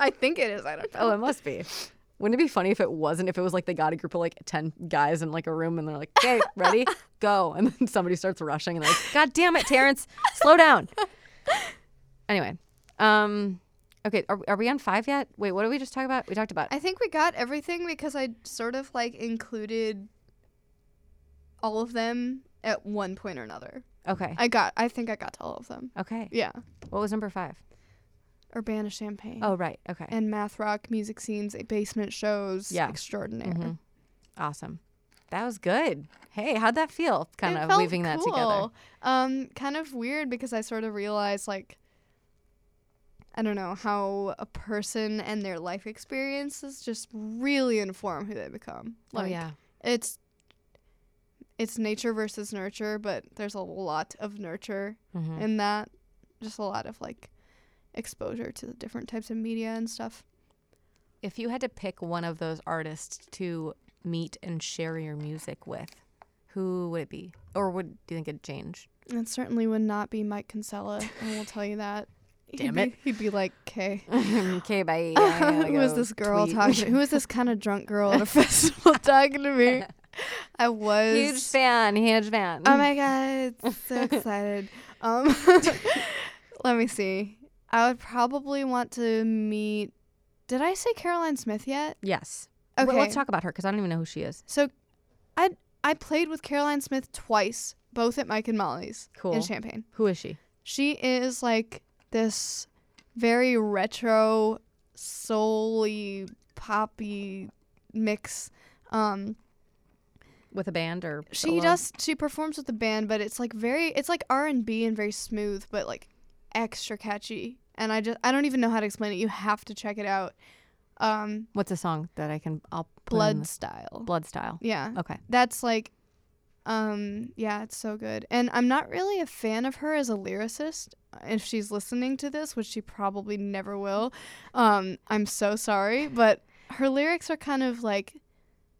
[SPEAKER 3] I think it is. I don't know.
[SPEAKER 2] oh, it must be. Wouldn't it be funny if it wasn't? If it was like they got a group of like ten guys in like a room and they're like, "Okay, ready, go," and then somebody starts rushing and they're like, "God damn it, Terrence, slow down." Anyway, um, okay, are, are we on five yet? Wait, what did we just talk about? We talked about
[SPEAKER 3] I think we got everything because I sort of like included all of them at one point or another.
[SPEAKER 2] okay,
[SPEAKER 3] I got I think I got to all of them.
[SPEAKER 2] okay.
[SPEAKER 3] Yeah.
[SPEAKER 2] What was number five?
[SPEAKER 3] Urbana Champagne.
[SPEAKER 2] Oh, right, okay,
[SPEAKER 3] And math rock music scenes, eh, basement shows.
[SPEAKER 2] Yeah.
[SPEAKER 3] Extraordinary.
[SPEAKER 2] Mhm. awesome. That was good. Hey, how'd that feel? Kind
[SPEAKER 3] It
[SPEAKER 2] of
[SPEAKER 3] felt
[SPEAKER 2] weaving that together.
[SPEAKER 3] cool. Um, kind of weird because I sort of realized like I don't know how a person and their life experiences just really inform who they become.
[SPEAKER 2] oh
[SPEAKER 3] Like,
[SPEAKER 2] yeah,
[SPEAKER 3] it's it's nature versus nurture, but there's a lot of nurture
[SPEAKER 2] Mhm.
[SPEAKER 3] in that. Just a lot of like exposure to the different types of media and stuff.
[SPEAKER 2] If you had to pick one of those artists to meet and share your music with, who would it be? Or would do you think it'd change?
[SPEAKER 3] It certainly would not be Mike Kinsella, I will tell you that.
[SPEAKER 2] Damn
[SPEAKER 3] he'd
[SPEAKER 2] it.
[SPEAKER 3] Be, he'd be like, "Okay,
[SPEAKER 2] okay, bye.
[SPEAKER 3] who is this girl talking? Who is this kind of drunk girl at a festival talking to me?" I was
[SPEAKER 2] Huge fan, huge fan.
[SPEAKER 3] Oh my god, so excited. Um let me see. I would probably want to meet Did I say Caroline Smith yet?
[SPEAKER 2] yes. Okay.
[SPEAKER 3] Okay.
[SPEAKER 2] let's talk about her because I don't even know who she is.
[SPEAKER 3] so I I played with Caroline Smith twice, both at Mike and Molly's
[SPEAKER 2] Cool.
[SPEAKER 3] in Champagne.
[SPEAKER 2] Who is she?
[SPEAKER 3] She is like this very retro soul-y, poppy mix um
[SPEAKER 2] With a band or
[SPEAKER 3] she
[SPEAKER 2] solo?
[SPEAKER 3] does she performs with the band but it's like very it's like r&b and very smooth but like extra catchy and i just i don't even know how to explain it you have to check it out um
[SPEAKER 2] What's a song that I can? I'll put in
[SPEAKER 3] blood
[SPEAKER 2] the-
[SPEAKER 3] style
[SPEAKER 2] blood style.
[SPEAKER 3] yeah
[SPEAKER 2] Okay.
[SPEAKER 3] that's like um yeah it's so good and i'm not really a fan of her as a lyricist if she's listening to this which she probably never will um i'm so sorry but her lyrics are kind of like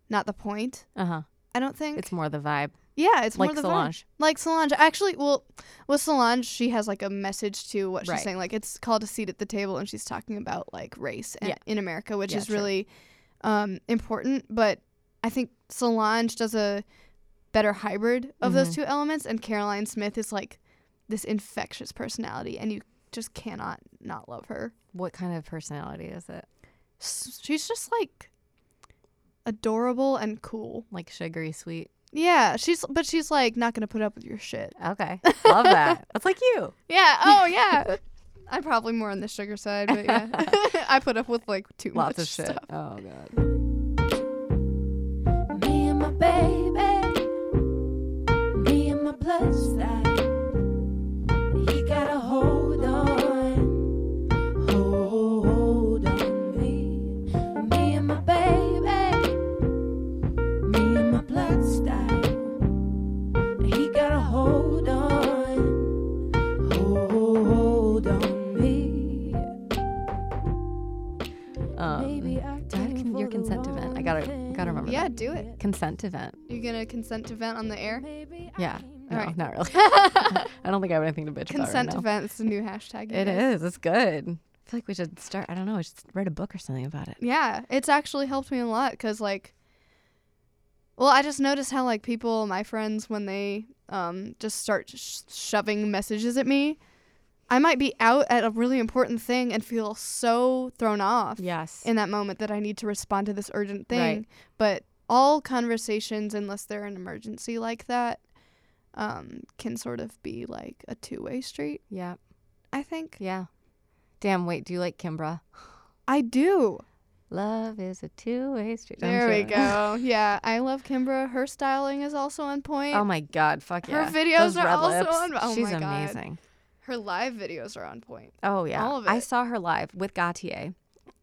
[SPEAKER 3] not the point
[SPEAKER 2] Uh huh.
[SPEAKER 3] i don't think
[SPEAKER 2] It's more the vibe.
[SPEAKER 3] yeah it's
[SPEAKER 2] like
[SPEAKER 3] more the vibe.
[SPEAKER 2] Solange.
[SPEAKER 3] Like Solange, actually, well, with Solange, she has like a message to what she's
[SPEAKER 2] Right.
[SPEAKER 3] saying. Like it's called a seat at the table, and she's talking about like race and,
[SPEAKER 2] Yeah.
[SPEAKER 3] in America, which
[SPEAKER 2] Yeah,
[SPEAKER 3] is
[SPEAKER 2] sure.
[SPEAKER 3] really um, important. But I think Solange does a better
[SPEAKER 2] Mm-hmm.
[SPEAKER 3] hybrid of those two elements, and Caroline Smith is like this infectious personality, and you just cannot not love her.
[SPEAKER 2] What kind of personality is it?
[SPEAKER 3] S- She's just like adorable and cool.
[SPEAKER 2] Like sugary sweet.
[SPEAKER 3] Yeah, she's but she's like not gonna put up with your shit.
[SPEAKER 2] Okay. Love that. That's like you.
[SPEAKER 3] Yeah. Oh yeah. I'm probably more on the sugar side, but yeah, I put up with like too
[SPEAKER 2] Lots
[SPEAKER 3] much
[SPEAKER 2] of shit.
[SPEAKER 3] stuff.
[SPEAKER 2] Oh god.
[SPEAKER 1] Me and my baby, me and my blood side. He got a hold on, hold on me. Me and my baby, me and my blood side. He got a hold on, hold on me.
[SPEAKER 2] Um,
[SPEAKER 1] Maybe I
[SPEAKER 2] Uh, I
[SPEAKER 1] came
[SPEAKER 2] can, your
[SPEAKER 1] for the
[SPEAKER 2] consent event. I
[SPEAKER 1] wrong
[SPEAKER 2] gotta
[SPEAKER 1] thing.
[SPEAKER 2] gotta remember.
[SPEAKER 3] Yeah,
[SPEAKER 2] that.
[SPEAKER 3] do it.
[SPEAKER 2] Consent event.
[SPEAKER 3] You gonna consent to vent on the air?
[SPEAKER 1] Maybe I
[SPEAKER 2] Yeah.
[SPEAKER 1] came
[SPEAKER 2] No,
[SPEAKER 3] Alright.
[SPEAKER 2] not really. I don't think I have anything to bitch about
[SPEAKER 3] Consent to
[SPEAKER 2] right
[SPEAKER 3] vent. It's a new hashtag. you
[SPEAKER 2] now. It
[SPEAKER 3] guys.
[SPEAKER 2] is. It's good. I feel like we should start. I don't know. We should write a book or something about it.
[SPEAKER 3] Yeah, it's actually helped me a lot because like, well, I just noticed how like people, my friends, when they um just start sh- shoving messages at me, I might be out at a really important thing and feel so thrown off
[SPEAKER 2] Yes.
[SPEAKER 3] in that moment that I need to respond to this urgent thing.
[SPEAKER 2] Right.
[SPEAKER 3] But all conversations, unless they're an emergency like that, um, can sort of be like a two way street.
[SPEAKER 2] yeah.
[SPEAKER 3] I think
[SPEAKER 2] Yeah. Damn. Wait. Do you like Kimbra?
[SPEAKER 3] I do.
[SPEAKER 2] Love is a two-way street. I'm
[SPEAKER 3] There we
[SPEAKER 2] sure.
[SPEAKER 3] go. Yeah, I love Kimbra. Her styling is also on point.
[SPEAKER 2] Oh my God! Fuck
[SPEAKER 3] Her
[SPEAKER 2] yeah.
[SPEAKER 3] videos
[SPEAKER 2] Those
[SPEAKER 3] are
[SPEAKER 2] red
[SPEAKER 3] also
[SPEAKER 2] lips.
[SPEAKER 3] on- oh
[SPEAKER 2] She's
[SPEAKER 3] my God.
[SPEAKER 2] amazing.
[SPEAKER 3] her live videos are on point.
[SPEAKER 2] Oh yeah.
[SPEAKER 3] All of
[SPEAKER 2] I
[SPEAKER 3] it.
[SPEAKER 2] saw her live with Gautier.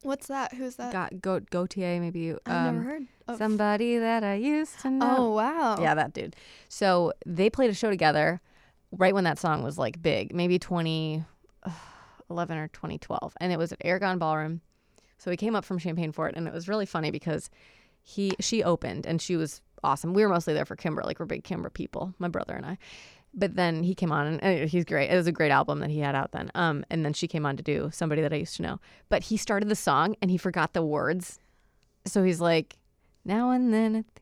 [SPEAKER 3] What's that? Who's that?
[SPEAKER 2] Got Go- Gautier, maybe. you-
[SPEAKER 3] I've
[SPEAKER 2] um,
[SPEAKER 3] never heard of.
[SPEAKER 2] Somebody that I used to
[SPEAKER 3] oh
[SPEAKER 2] know.
[SPEAKER 3] wow.
[SPEAKER 2] Yeah, that dude. So they played a show together right when that song was like big, maybe 2011 or 2012. And it was at Aragon Ballroom. So we came up from Champagne for it. And it was really funny because he she opened and she was awesome. We were mostly there for Kimber, like we're big Kimber people, my brother and I. But then he came on and, and he's great. It was a great album that he had out then. Um, and then she came on to do somebody that I used to know. But he started the song and he forgot the words. So he's like, now and then. at the-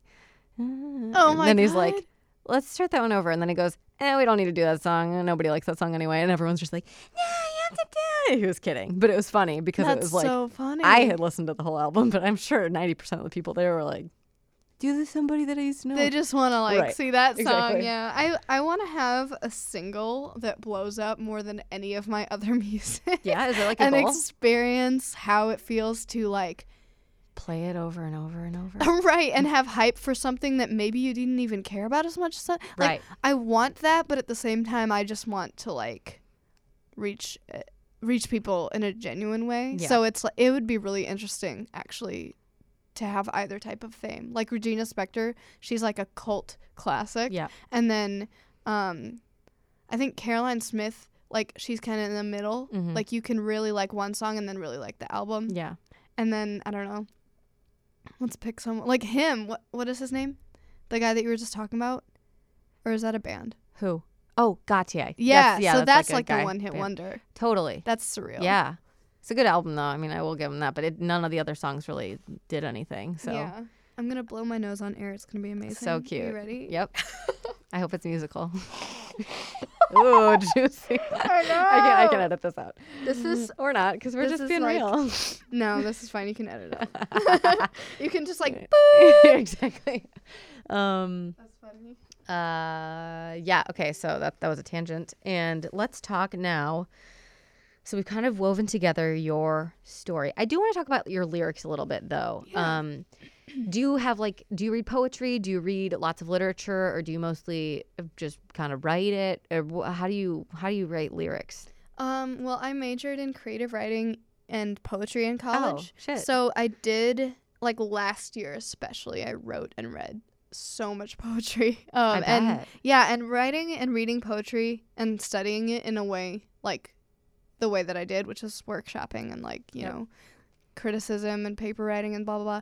[SPEAKER 3] Oh
[SPEAKER 2] and
[SPEAKER 3] my
[SPEAKER 2] Then he's
[SPEAKER 3] God.
[SPEAKER 2] like, let's start that one over. And then he goes, eh, we don't need to do that song. Nobody likes that song anyway. And everyone's just like, yeah, you have to do it. He was kidding. But it was funny because
[SPEAKER 3] That's
[SPEAKER 2] it was like,
[SPEAKER 3] so funny.
[SPEAKER 2] I had listened to the whole album, but I'm sure 90% of the people there were like, do this somebody that I used to know.
[SPEAKER 3] They just want to like
[SPEAKER 2] Right.
[SPEAKER 3] see that song.
[SPEAKER 2] Exactly.
[SPEAKER 3] Yeah. I I want to have a single that blows up more than any of my other music.
[SPEAKER 2] yeah, is it like a
[SPEAKER 3] and
[SPEAKER 2] goal?
[SPEAKER 3] experience how it feels to like
[SPEAKER 2] Play it over and over and over.
[SPEAKER 3] right and have hype for something that maybe you didn't even care about as much as so- like
[SPEAKER 2] Right.
[SPEAKER 3] i want that but at the same time i just want to like reach uh, reach people in a genuine way
[SPEAKER 2] Yeah.
[SPEAKER 3] so it's like it would be really interesting actually to have either type of fame like regina spektor she's like a cult classic
[SPEAKER 2] Yeah.
[SPEAKER 3] and then um i think caroline smith like she's kind of in the middle
[SPEAKER 2] Mhm.
[SPEAKER 3] like you can really like one song and then really like the album
[SPEAKER 2] Yeah.
[SPEAKER 3] and then I don't know. Let's pick someone like him. What what is his name? The guy that you were just talking about, or is that a band?
[SPEAKER 2] Who? Oh, Gautier.
[SPEAKER 3] Yeah.
[SPEAKER 2] yeah
[SPEAKER 3] so that's,
[SPEAKER 2] a
[SPEAKER 3] like,
[SPEAKER 2] guy
[SPEAKER 3] the one hit
[SPEAKER 2] band.
[SPEAKER 3] wonder.
[SPEAKER 2] Totally.
[SPEAKER 3] That's surreal.
[SPEAKER 2] Yeah. It's a good album, though. I mean, I will give him that, but it, none of the other songs really did anything. So,
[SPEAKER 3] Yeah. I'm gonna blow my nose on air. It's gonna be amazing.
[SPEAKER 2] so cute.
[SPEAKER 3] You ready?
[SPEAKER 2] Yep. I hope it's musical. Ooh, juicy. I can, I can
[SPEAKER 3] know.
[SPEAKER 2] edit this out. This is, or not, because we're
[SPEAKER 3] This
[SPEAKER 2] just
[SPEAKER 3] is
[SPEAKER 2] being
[SPEAKER 3] like-
[SPEAKER 2] real.
[SPEAKER 3] No, this is fine. You can edit it. you can just like.
[SPEAKER 2] exactly. Um,
[SPEAKER 3] That's funny.
[SPEAKER 2] uh, yeah. Okay. So that that was a tangent, and let's talk now. So we've kind of woven together your story. I do want to talk about your lyrics a little bit, though. Um, do you have like do you read poetry? Do you read lots of literature, or do you mostly uh, just kind of write it? Or wh- how do you how do you write lyrics?
[SPEAKER 3] Um. Well, I majored in creative writing and poetry
[SPEAKER 2] Oh,
[SPEAKER 3] in college.
[SPEAKER 2] shit.
[SPEAKER 3] Oh, So I did like last year especially. I wrote and read so much poetry. Um,
[SPEAKER 2] I
[SPEAKER 3] and
[SPEAKER 2] bet.
[SPEAKER 3] yeah, and writing and reading poetry and studying it in a way like the way that I did, which is workshopping and like you
[SPEAKER 2] Yep.
[SPEAKER 3] know criticism and paper writing and blah blah blah,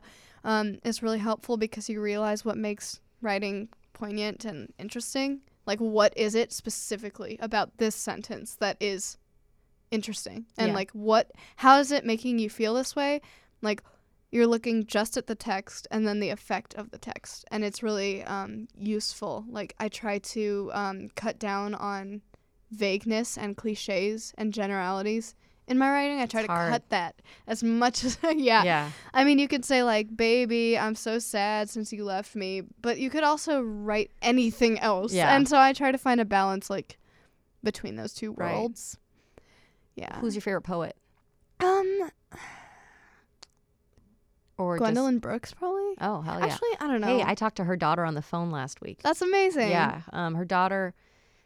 [SPEAKER 3] um, is really helpful because you realize what makes writing poignant and interesting. Like, what is it specifically about this sentence that is interesting and
[SPEAKER 2] Yeah.
[SPEAKER 3] like what how is it making you feel this way like you're looking just at the text and then the effect of the text and it's really um, useful like i try to um, cut down on vagueness and cliches and generalities in my writing. I try
[SPEAKER 2] It's
[SPEAKER 3] to
[SPEAKER 2] hard.
[SPEAKER 3] cut that as much as yeah.
[SPEAKER 2] Yeah.
[SPEAKER 3] I mean, you could say like, "Baby, I'm so sad since you left me," but you could also write anything else.
[SPEAKER 2] Yeah.
[SPEAKER 3] And so I try to find a balance like between those two
[SPEAKER 2] Right.
[SPEAKER 3] worlds. Yeah.
[SPEAKER 2] Who's your favorite poet?
[SPEAKER 3] um
[SPEAKER 2] Or just-
[SPEAKER 3] Gwendolyn Brooks probably?
[SPEAKER 2] oh, hell yeah.
[SPEAKER 3] Actually, I don't know.
[SPEAKER 2] Hey, I talked to her daughter on the phone last week.
[SPEAKER 3] That's amazing.
[SPEAKER 2] Yeah. Um, her daughter,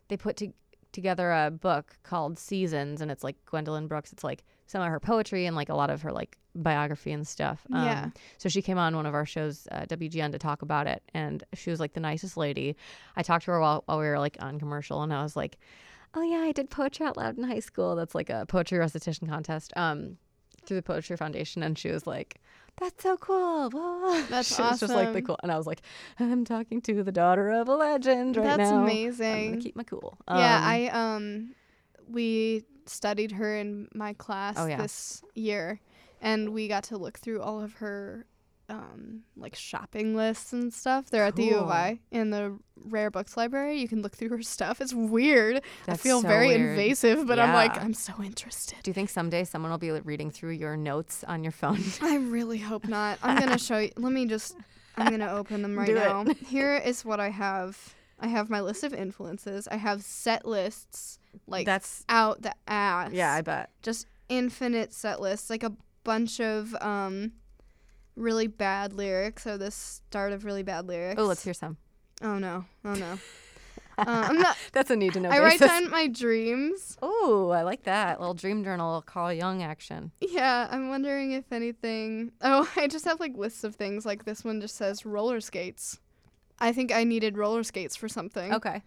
[SPEAKER 2] they put to- together a book called Seasons, and it's like Gwendolyn Brooks. It's like some of her poetry and like a lot of her like biography and stuff. Um,
[SPEAKER 3] Yeah.
[SPEAKER 2] So she came on one of our shows, uh, WGN, to talk about it, and she was like the nicest lady. I talked to her while, while we were like on commercial, and I was like, "Oh yeah, I did poetry out loud in high school. That's like a poetry recitation contest." Um. Through the Poetry Foundation, and she was like, "That's so cool!" Whoa."
[SPEAKER 3] That's
[SPEAKER 2] she was just like the
[SPEAKER 3] awesome.
[SPEAKER 2] cool, and I was like, "I'm talking to the daughter of a legend right
[SPEAKER 3] That's
[SPEAKER 2] now. I'm
[SPEAKER 3] amazing.
[SPEAKER 2] gonna keep my cool.
[SPEAKER 3] yeah,
[SPEAKER 2] Um,
[SPEAKER 3] I um we studied her in my class
[SPEAKER 2] Oh, yeah.
[SPEAKER 3] this year and we got to look through all of her um like shopping lists and stuff. They're at the U of
[SPEAKER 2] Cool.
[SPEAKER 3] I in the rare books library. You can look through her stuff. It's weird. I
[SPEAKER 2] That's
[SPEAKER 3] feel
[SPEAKER 2] so
[SPEAKER 3] very
[SPEAKER 2] weird.
[SPEAKER 3] invasive, but I'm like,
[SPEAKER 2] Yeah.
[SPEAKER 3] I'm so interested.
[SPEAKER 2] Do you think someday someone will be reading through your notes on your phone?
[SPEAKER 3] I really hope not. I'm gonna show you. Let me just. I'm gonna open them right
[SPEAKER 2] Do it.
[SPEAKER 3] now. Here is what I have. I have my list of influences. I have set lists like
[SPEAKER 2] That's
[SPEAKER 3] out the ass.
[SPEAKER 2] bet.
[SPEAKER 3] just infinite set lists, like a bunch of um, really bad lyrics or the start of really bad lyrics.
[SPEAKER 2] Oh, let's hear some.
[SPEAKER 3] Oh no! Oh no! uh, I'm not.
[SPEAKER 2] That's a need to know.
[SPEAKER 3] I write
[SPEAKER 2] basis.
[SPEAKER 3] down my dreams.
[SPEAKER 2] Oh, I like that little dream journal, little Carl Jung action.
[SPEAKER 3] Yeah, I'm wondering if anything. Oh, I just have like lists of things. Like this one just says roller skates. I think I needed roller skates for something.
[SPEAKER 2] Okay.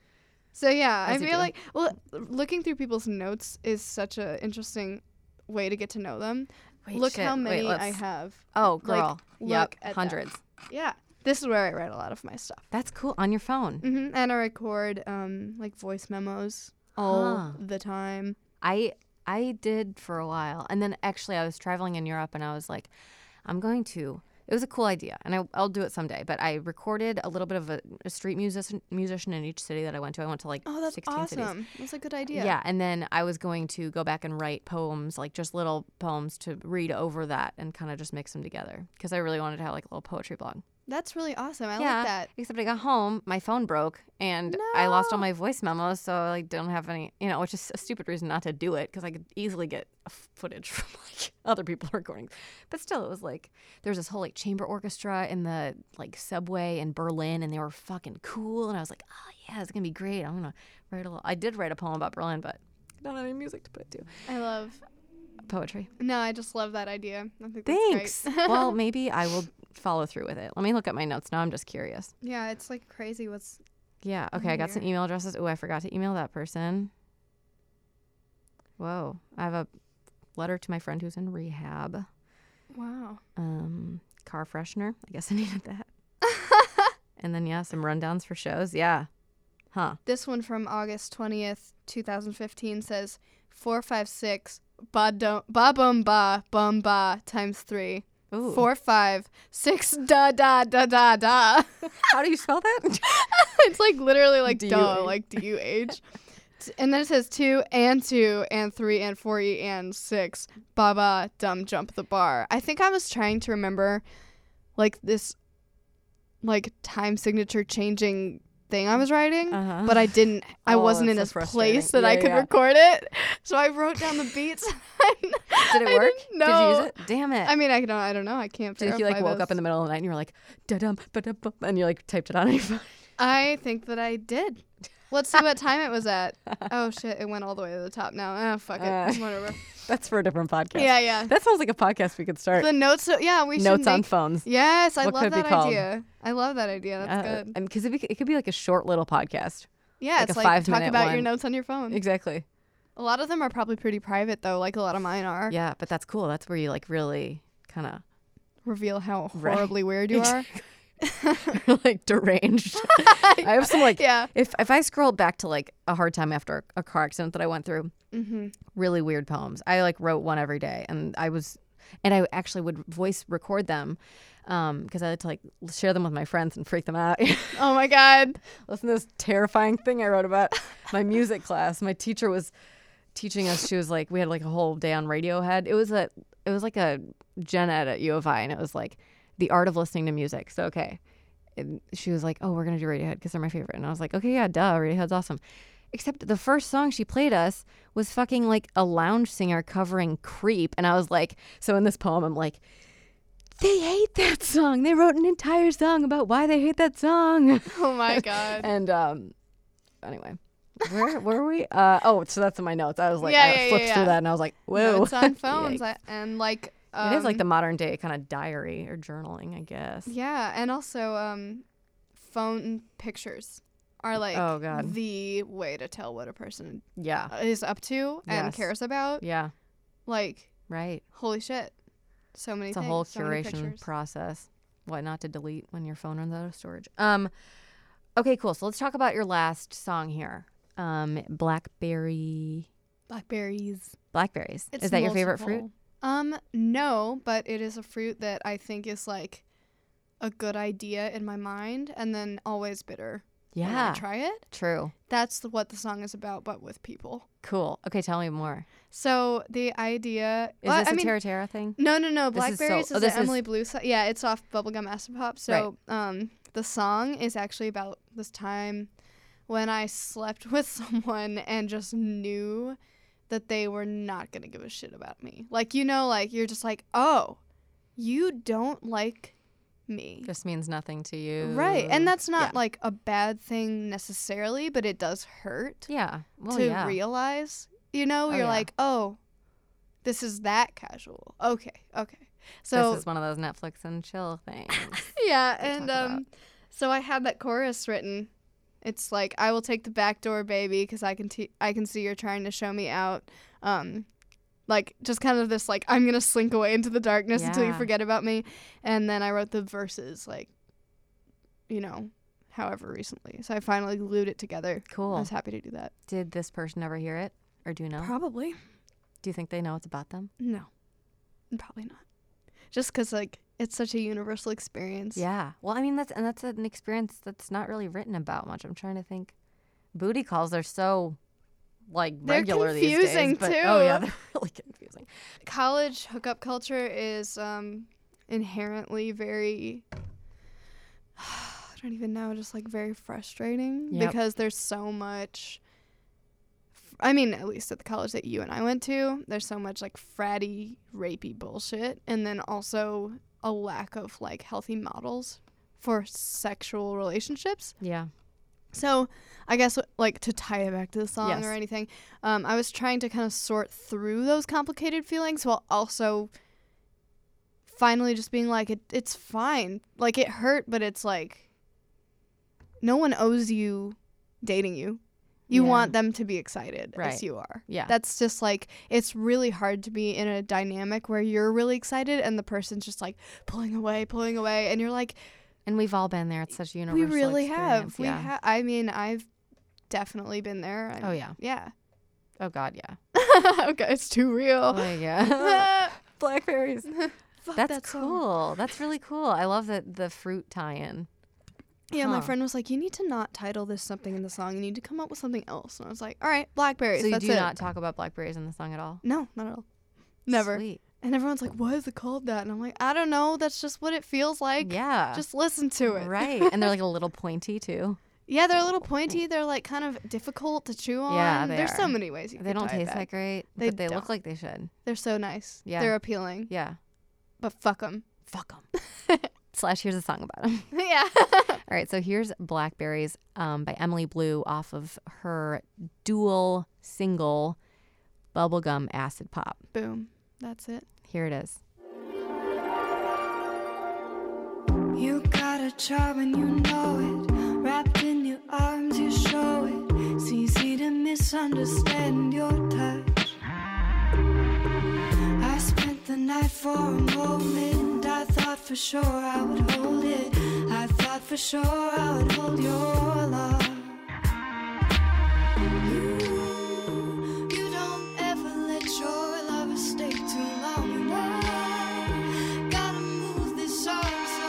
[SPEAKER 3] So yeah,
[SPEAKER 2] As
[SPEAKER 3] I
[SPEAKER 2] you do.
[SPEAKER 3] feel like well, looking through people's notes is such an interesting way to get to know them.
[SPEAKER 2] Wait,
[SPEAKER 3] Look
[SPEAKER 2] shit.
[SPEAKER 3] how
[SPEAKER 2] Wait,
[SPEAKER 3] many I
[SPEAKER 2] let's-
[SPEAKER 3] have.
[SPEAKER 2] Oh,
[SPEAKER 3] Like,
[SPEAKER 2] girl.
[SPEAKER 3] look
[SPEAKER 2] yep.
[SPEAKER 3] at that.
[SPEAKER 2] Hundreds.
[SPEAKER 3] Yeah, this is where I write a lot of my stuff.
[SPEAKER 2] That's cool on your phone.
[SPEAKER 3] hmm And I record um like voice memos
[SPEAKER 2] Huh.
[SPEAKER 3] all the time.
[SPEAKER 2] I I did for a while, and then actually I was traveling in Europe, and I was like, I'm going to. It was a cool idea, and I, I'll do it someday. But I recorded a little bit of a, a street musician musician in each city that I went to. I went to like
[SPEAKER 3] Oh, that's
[SPEAKER 2] 16 cities.
[SPEAKER 3] awesome. That's a good idea.
[SPEAKER 2] Yeah, and then I was going to go back and write poems, like just little poems to read over that and kind of just mix them together because I really wanted to have like a little poetry blog.
[SPEAKER 3] that's really awesome. I
[SPEAKER 2] yeah,
[SPEAKER 3] like that.
[SPEAKER 2] except I got home, my phone broke, and I lost all
[SPEAKER 3] No.
[SPEAKER 2] my voice memos, so I like, don't have any, you know, which is a stupid reason not to do it because I could easily get f- footage from like other people recording. But still, it was like there was this whole like chamber orchestra in the like subway in Berlin, and they were fucking cool, and I was like, oh yeah, it's gonna be great. I'm gonna write a little. I did write a poem about Berlin, but I don't have any music to put to
[SPEAKER 3] I love.
[SPEAKER 2] poetry.
[SPEAKER 3] No, I just love that idea. I think that's great.
[SPEAKER 2] Thanks. well, maybe I will follow through with it. Let me look at my notes now. I'm just curious.
[SPEAKER 3] yeah, it's like crazy. What's
[SPEAKER 2] Yeah. Okay. I got some
[SPEAKER 3] Weird.
[SPEAKER 2] email addresses. Oh, I forgot to email that person. Whoa. I have a letter to my friend who's in rehab.
[SPEAKER 3] wow?
[SPEAKER 2] Um, car freshener. I guess I needed that. and then yeah, some rundowns for shows. Yeah. Huh.
[SPEAKER 3] This one from August twentieth, two thousand fifteen says four five six ba dum ba bum ba bum ba times three
[SPEAKER 2] Ooh.
[SPEAKER 3] four five six da da da da da.
[SPEAKER 2] How do you spell that?
[SPEAKER 3] it's like literally like
[SPEAKER 2] Do you
[SPEAKER 3] duh,
[SPEAKER 2] age?
[SPEAKER 3] like do you age? T- and then it says two and two and three and four e and six. Baba dumb jump the bar. I think I was trying to remember like this like time signature changing thing I was writing.
[SPEAKER 2] Uh-huh.
[SPEAKER 3] But I didn't. I
[SPEAKER 2] Oh,
[SPEAKER 3] wasn't in a
[SPEAKER 2] that's so
[SPEAKER 3] place that
[SPEAKER 2] frustrating.
[SPEAKER 3] I
[SPEAKER 2] Yeah,
[SPEAKER 3] could
[SPEAKER 2] yeah.
[SPEAKER 3] record it, so I wrote down the beats.
[SPEAKER 2] Did it
[SPEAKER 3] I
[SPEAKER 2] work?
[SPEAKER 3] didn't
[SPEAKER 2] Did you
[SPEAKER 3] know.
[SPEAKER 2] use it? Damn it.
[SPEAKER 3] I mean, I don't. I don't know. I can't.
[SPEAKER 2] Did you like
[SPEAKER 3] verify
[SPEAKER 2] woke up
[SPEAKER 3] those.
[SPEAKER 2] in the middle of the night and you were like da dum ba da bum and you like typed it on your phone?
[SPEAKER 3] I think that I did. Let's see what time it was at. Oh shit, it went all the way to the top now. Oh fuck it.
[SPEAKER 2] Uh,
[SPEAKER 3] Whatever.
[SPEAKER 2] That's for a different podcast.
[SPEAKER 3] Yeah, yeah.
[SPEAKER 2] That sounds like a podcast we could start.
[SPEAKER 3] The notes yeah, we should
[SPEAKER 2] Notes on
[SPEAKER 3] make-
[SPEAKER 2] phones.
[SPEAKER 3] Yes, I
[SPEAKER 2] What
[SPEAKER 3] love
[SPEAKER 2] could it be
[SPEAKER 3] that
[SPEAKER 2] called?
[SPEAKER 3] idea. I love that idea. That's good.
[SPEAKER 2] Because it, could be like a short little podcast.
[SPEAKER 3] Yeah,
[SPEAKER 2] like a
[SPEAKER 3] it's like talk
[SPEAKER 2] five-minute
[SPEAKER 3] about your
[SPEAKER 2] one.
[SPEAKER 3] notes on your phone.
[SPEAKER 2] Exactly.
[SPEAKER 3] A lot of them are probably pretty private though, like a lot of mine are.
[SPEAKER 2] Yeah, but that's cool. That's where you like really kind of
[SPEAKER 3] Reveal how
[SPEAKER 2] Right.
[SPEAKER 3] horribly weird you are.
[SPEAKER 2] like deranged. I have some like
[SPEAKER 3] Yeah.
[SPEAKER 2] if if I scroll back to like a hard time after a car accident that I went through,
[SPEAKER 3] Mhm.
[SPEAKER 2] really weird poems. I like wrote one every day, and I was, and I actually would voice record them because I had to like share them with my friends and freak them out.
[SPEAKER 3] Oh my god.
[SPEAKER 2] Listen to this terrifying thing I wrote about my music class. My teacher was teaching us. She was like, we had like a whole day on Radiohead. It was a, it was like a gen ed at U of I, and it was like the art of listening to music. So okay, and she was like, oh, we're gonna do Radiohead because they're my favorite, and I was like, okay, yeah, duh, Radiohead's awesome. Except the first song she played us was fucking like a lounge singer covering "Creep," and I was like, so in this poem, I'm like. They hate that song. They wrote an entire song about why they hate that song.
[SPEAKER 3] Oh my god.
[SPEAKER 2] And um, anyway, where were we? Uh, oh, so that's in my notes. I was like,
[SPEAKER 3] Yeah,
[SPEAKER 2] I
[SPEAKER 3] yeah, yeah,
[SPEAKER 2] flipped through
[SPEAKER 3] yeah.
[SPEAKER 2] that and I was like, whoa.
[SPEAKER 3] Notes on phones
[SPEAKER 2] Yikes.
[SPEAKER 3] I, and like um,
[SPEAKER 2] it is like the modern day kind of diary or journaling, I guess.
[SPEAKER 3] Yeah, and also um, phone pictures are like
[SPEAKER 2] Oh, God.
[SPEAKER 3] the way to tell what a person uh,
[SPEAKER 2] Yeah.
[SPEAKER 3] is up to and
[SPEAKER 2] Yes.
[SPEAKER 3] cares about.
[SPEAKER 2] Yeah.
[SPEAKER 3] Like
[SPEAKER 2] Right.
[SPEAKER 3] holy shit, so many.
[SPEAKER 2] It's a
[SPEAKER 3] things,
[SPEAKER 2] whole
[SPEAKER 3] so many
[SPEAKER 2] curation
[SPEAKER 3] pictures.
[SPEAKER 2] process. What not to delete when your phone runs out of storage. Um, okay, cool. So let's talk about your last song here. Um, blackberry,
[SPEAKER 3] Blackberries.
[SPEAKER 2] blackberries.
[SPEAKER 3] It's
[SPEAKER 2] is that your favorite fruit?
[SPEAKER 3] multiple. Um, no, but it is a fruit that I think is like a good idea in my mind, and then always bitter. when I
[SPEAKER 2] Yeah.
[SPEAKER 3] try it.
[SPEAKER 2] True.
[SPEAKER 3] That's the- what the song is about, but with people.
[SPEAKER 2] Cool. Okay, tell me more.
[SPEAKER 3] So the idea.
[SPEAKER 2] Is
[SPEAKER 3] well,
[SPEAKER 2] this
[SPEAKER 3] I
[SPEAKER 2] a
[SPEAKER 3] mean,
[SPEAKER 2] Terra Terra thing?
[SPEAKER 3] No, no, no.
[SPEAKER 2] This is so-
[SPEAKER 3] Blackberries
[SPEAKER 2] oh,
[SPEAKER 3] is,
[SPEAKER 2] this
[SPEAKER 3] the
[SPEAKER 2] is-
[SPEAKER 3] Emily Blue song. Yeah, it's off Bubblegum Acid Pop. So um, the song is actually about this time when I slept with someone and just knew that they were not going to give a shit about me. Like, you know, like you're just like, oh, you don't like me.
[SPEAKER 2] Just means nothing to you.
[SPEAKER 3] Right. And that's not
[SPEAKER 2] yeah.
[SPEAKER 3] like a bad thing necessarily, but it does hurt
[SPEAKER 2] Yeah. Well,
[SPEAKER 3] to
[SPEAKER 2] yeah.
[SPEAKER 3] realize, you
[SPEAKER 2] Oh,
[SPEAKER 3] know, you're
[SPEAKER 2] yeah.
[SPEAKER 3] like, oh, this is that casual. Okay, okay. So
[SPEAKER 2] this is one of those Netflix and chill things.
[SPEAKER 3] yeah,
[SPEAKER 2] we
[SPEAKER 3] and
[SPEAKER 2] talk about.
[SPEAKER 3] um, so I had that chorus written. It's like I will take the back door, baby, because I can t- I can see you're trying to show me out. Um, like just kind of this like I'm gonna slink away into the darkness until you
[SPEAKER 2] Yeah.
[SPEAKER 3] forget about me, and then I wrote the verses like, you know, however recently. So I finally glued it together. I
[SPEAKER 2] cool.
[SPEAKER 3] was happy to do that.
[SPEAKER 2] Did this person ever hear it, or do you know?
[SPEAKER 3] Probably.
[SPEAKER 2] do you think they know it's about them?
[SPEAKER 3] No, probably not. Just because like it's such a universal experience.
[SPEAKER 2] Yeah. Well, I mean that's and that's an experience that's not really written about much. I'm trying to think. Booty calls are so like
[SPEAKER 3] They're
[SPEAKER 2] regular these
[SPEAKER 3] confusing,
[SPEAKER 2] days. but- oh yeah,
[SPEAKER 3] too.
[SPEAKER 2] they're really confusing.
[SPEAKER 3] college hookup culture is um, inherently very I don't even know, just like very frustrating
[SPEAKER 2] Yep.
[SPEAKER 3] because there's so much I mean, at least at the college that you and I went to, there's so much like fratty, rapey bullshit and then also a lack of like healthy models for sexual relationships.
[SPEAKER 2] Yeah.
[SPEAKER 3] So, I guess uh, like to tie it back to the song
[SPEAKER 2] Yes.
[SPEAKER 3] or anything, um, I was trying to kind of sort through those complicated feelings while also finally just being like, it, it's fine. Like it hurt, but it's like no one owes you dating you. You
[SPEAKER 2] Yeah.
[SPEAKER 3] want them to be excited
[SPEAKER 2] Right.
[SPEAKER 3] as you are.
[SPEAKER 2] Yeah.
[SPEAKER 3] That's just like it's really hard to be in a dynamic where you're really excited and the person's just like pulling away, pulling away, and you're like,
[SPEAKER 2] and we've all been there. It's such a
[SPEAKER 3] we
[SPEAKER 2] universal.
[SPEAKER 3] really have.
[SPEAKER 2] experience.
[SPEAKER 3] We
[SPEAKER 2] yeah.
[SPEAKER 3] have. I mean, I've definitely been there. I
[SPEAKER 2] Oh yeah.
[SPEAKER 3] yeah.
[SPEAKER 2] Oh god, yeah.
[SPEAKER 3] okay, it's too real.
[SPEAKER 2] Oh yeah.
[SPEAKER 3] Ah,
[SPEAKER 2] Blackberries.
[SPEAKER 3] fuck
[SPEAKER 2] That's
[SPEAKER 3] that song.
[SPEAKER 2] cool. That's really cool. I love the the fruit tie-in.
[SPEAKER 3] Yeah, my
[SPEAKER 2] Huh.
[SPEAKER 3] friend was like, "You need to not title this something in the song. You need to come up with something else." And I was like, "All right, blackberries.
[SPEAKER 2] so you
[SPEAKER 3] that's
[SPEAKER 2] do
[SPEAKER 3] it."
[SPEAKER 2] not talk about blackberries in the song at all.
[SPEAKER 3] no, not at all. Never.
[SPEAKER 2] Sweet.
[SPEAKER 3] And everyone's like, "Why is it called that?" And I'm like, "I don't know. That's just what it feels like.
[SPEAKER 2] yeah.
[SPEAKER 3] Just listen to it.
[SPEAKER 2] right. And they're like a little pointy too.
[SPEAKER 3] Yeah, they're a little pointy. They're like kind of difficult to chew on.
[SPEAKER 2] Yeah, they
[SPEAKER 3] There's so
[SPEAKER 2] are.
[SPEAKER 3] many ways you
[SPEAKER 2] They
[SPEAKER 3] could
[SPEAKER 2] don't
[SPEAKER 3] tie it
[SPEAKER 2] taste
[SPEAKER 3] back.
[SPEAKER 2] that great,
[SPEAKER 3] They
[SPEAKER 2] but they look
[SPEAKER 3] don't.
[SPEAKER 2] like they should.
[SPEAKER 3] They're so nice.
[SPEAKER 2] Yeah.
[SPEAKER 3] They're appealing.
[SPEAKER 2] Yeah.
[SPEAKER 3] But fuck them.
[SPEAKER 2] Fuck them. Slash, here's a song about them.
[SPEAKER 3] yeah.
[SPEAKER 2] All right, so here's Blackberries um, by Emily Blue off of her dual single, Bubblegum Acid Pop.
[SPEAKER 3] Boom. That's it.
[SPEAKER 2] Here it is.
[SPEAKER 1] You got a charm and you know it. Wrapped in your arms, you show it. It's easy to misunderstand your touch. I spent the night for a moment. I thought for sure I would hold it. I thought for sure I would hold your love. You, you don't ever let your lover stay too long. And I gotta move this arm so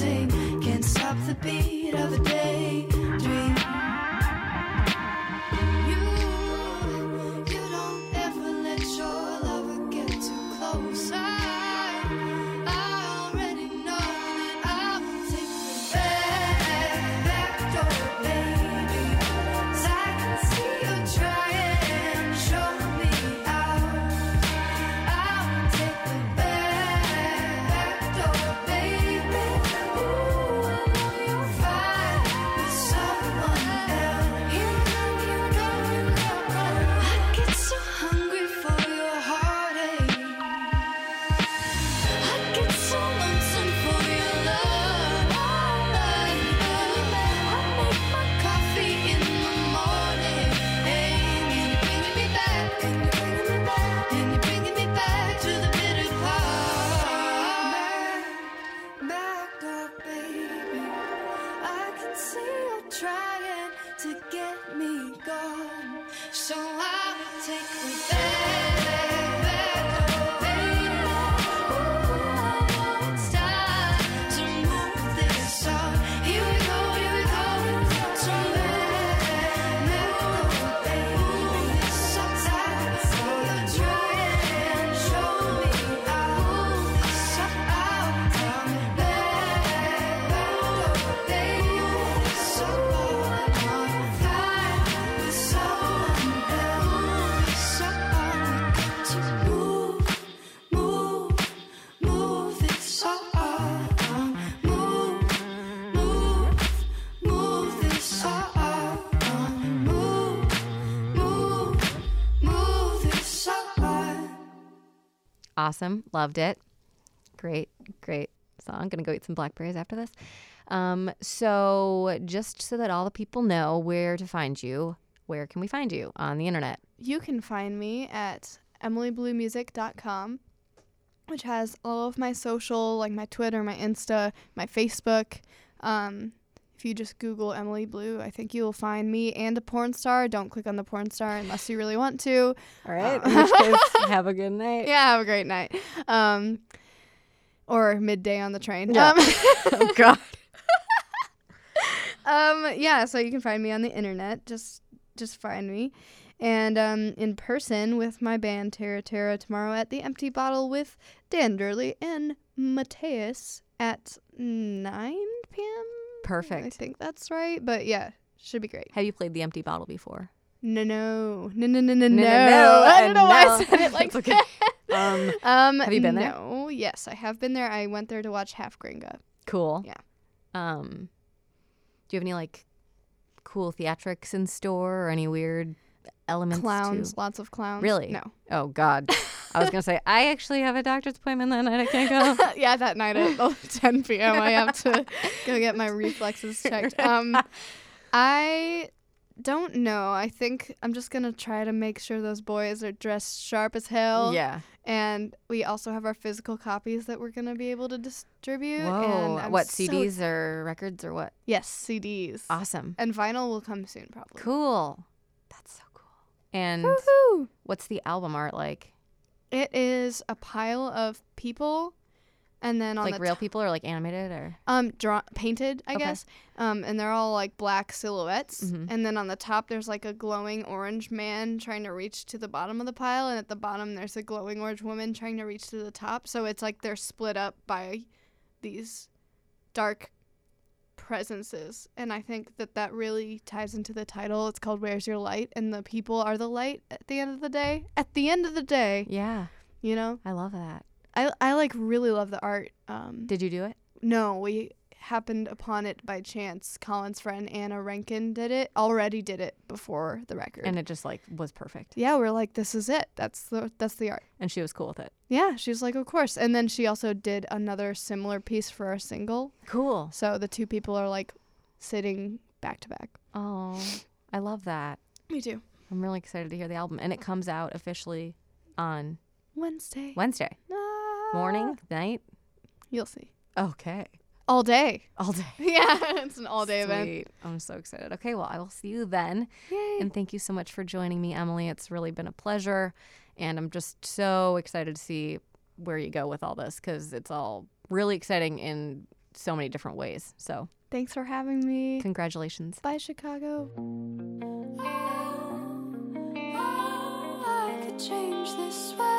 [SPEAKER 4] with the beat of a daydream. You, you don't ever let your lover get too close. I, I already know that I will take the back, back door, baby. 'Cause I can see you trying, show me out. I'll take the back door, baby. Ooh, I know you're fine with someone else. You know you know you know. I get so hungry for your heartache. I get so lonesome for your love. I make my coffee in the morning, and you're bringing me back, and you're bringing me back, and you're bringing me back to the bitter part. Back door, baby. I can see you're trying to get me gone. So I will take the back, back door, baby. Ooh, I know it's time to move this on. Here we go, here we go. So back, back door, baby. Sometimes you're trying to show me out. So out, down, back, back door, baby. So I know you're fine with someone else. So I got to move. Move, move this on. Move, move, move this on. Move, move, move this on.
[SPEAKER 2] Awesome. Loved it. Great, great song. Gonna go eat some blackberries after this. Um, so, just so that all the people know where to find you, where can we find you on the internet?
[SPEAKER 3] You can find me at emilybluemusic.com, which has all of my social, like my Twitter, my Insta, my Facebook. Um, if you just Google Emily Blue, I think you'll find me and a porn star. Don't click on the porn star unless you really want to. Um,
[SPEAKER 2] All right. in which case, have a good night.
[SPEAKER 3] Yeah, have a great night. Um, or midday on the train.
[SPEAKER 2] Yeah.
[SPEAKER 3] Um,
[SPEAKER 2] Oh, God.
[SPEAKER 3] um yeah so you can find me on the internet just just find me and um in person with my band terra terra tomorrow at the empty bottle with dan durley and mateus at 9 p.m i
[SPEAKER 2] Perfect.
[SPEAKER 3] think that's right but yeah should be great
[SPEAKER 2] Have you played the empty bottle before?
[SPEAKER 3] no no no no no
[SPEAKER 2] No,
[SPEAKER 3] no no
[SPEAKER 2] no,
[SPEAKER 3] i don't
[SPEAKER 2] and
[SPEAKER 3] know why
[SPEAKER 2] no.
[SPEAKER 3] i said it like
[SPEAKER 2] It's okay.
[SPEAKER 3] that
[SPEAKER 2] Um,
[SPEAKER 3] um
[SPEAKER 2] Have you been there?
[SPEAKER 3] no yes i have been there i went there to watch half gringa
[SPEAKER 2] cool.
[SPEAKER 3] Yeah.
[SPEAKER 2] Um, do you have any like cool theatrics in store or any weird elements? to-
[SPEAKER 3] clowns lots of clowns
[SPEAKER 2] Really?
[SPEAKER 3] no
[SPEAKER 2] Oh God. I was gonna say I actually have a doctor's appointment that night. I can't go.
[SPEAKER 3] yeah, that night at 10 p.m. I have to go get my reflexes checked. Um, I don't know. I think I'm just gonna try to make sure those boys are dressed sharp as hell.
[SPEAKER 2] yeah.
[SPEAKER 3] And we also have our physical copies that we're gonna be able to distribute.
[SPEAKER 2] Whoa.
[SPEAKER 3] And I'm
[SPEAKER 2] what
[SPEAKER 3] so-
[SPEAKER 2] CDs or records or what?
[SPEAKER 3] Yes, CDs.
[SPEAKER 2] Awesome.
[SPEAKER 3] And vinyl will come soon, probably.
[SPEAKER 2] Cool. That's so cool. And
[SPEAKER 3] Woohoo!
[SPEAKER 2] what's the album art like?
[SPEAKER 3] It is a pile of people, and then on
[SPEAKER 2] like
[SPEAKER 3] the
[SPEAKER 2] real people or like animated or?
[SPEAKER 3] um draw painted i
[SPEAKER 2] Okay.
[SPEAKER 3] guess um and they're all like black silhouettes
[SPEAKER 2] Mhm.
[SPEAKER 3] and then on the top there's like a glowing orange man trying to reach to the bottom of the pile and at the bottom there's a glowing orange woman trying to reach to the top so it's like they're split up by these dark presences and i think that that really ties into the title it's called where's your light and the people are the light at the end of the day at the end of the day
[SPEAKER 2] Yeah,
[SPEAKER 3] you know
[SPEAKER 2] I love that.
[SPEAKER 3] i i like really love the art um
[SPEAKER 2] Did you do it?
[SPEAKER 3] no, we happened upon it by chance. Colin's friend Anna Rankin did it. Already did it before the record.
[SPEAKER 2] And it just like was perfect.
[SPEAKER 3] yeah, we're like, this is it. That's the that's the art.
[SPEAKER 2] And she was cool with it.
[SPEAKER 3] Yeah, she was like, of course. And then she also did another similar piece for our single.
[SPEAKER 2] Cool.
[SPEAKER 3] So the two people are like sitting back to back.
[SPEAKER 2] Oh, I love that.
[SPEAKER 3] Me too.
[SPEAKER 2] I'm really excited to hear the album, and it comes out officially on
[SPEAKER 3] Wednesday
[SPEAKER 2] Wednesday
[SPEAKER 3] Ah.
[SPEAKER 2] morning, night.
[SPEAKER 3] You'll see.
[SPEAKER 2] Okay,
[SPEAKER 3] All day.
[SPEAKER 2] all day.
[SPEAKER 3] Yeah, it's an all day event.
[SPEAKER 2] Sweet. I'm so excited. Okay, well, I will see you then.
[SPEAKER 3] Yay.
[SPEAKER 2] And thank you so much for joining me, Emily. It's really been a pleasure. And I'm just so excited to see where you go with all this because it's all really exciting in so many different ways. So
[SPEAKER 3] Thanks for having me.
[SPEAKER 2] Congratulations.
[SPEAKER 3] Bye, Chicago.
[SPEAKER 1] I could change this way.
[SPEAKER 3] Oh,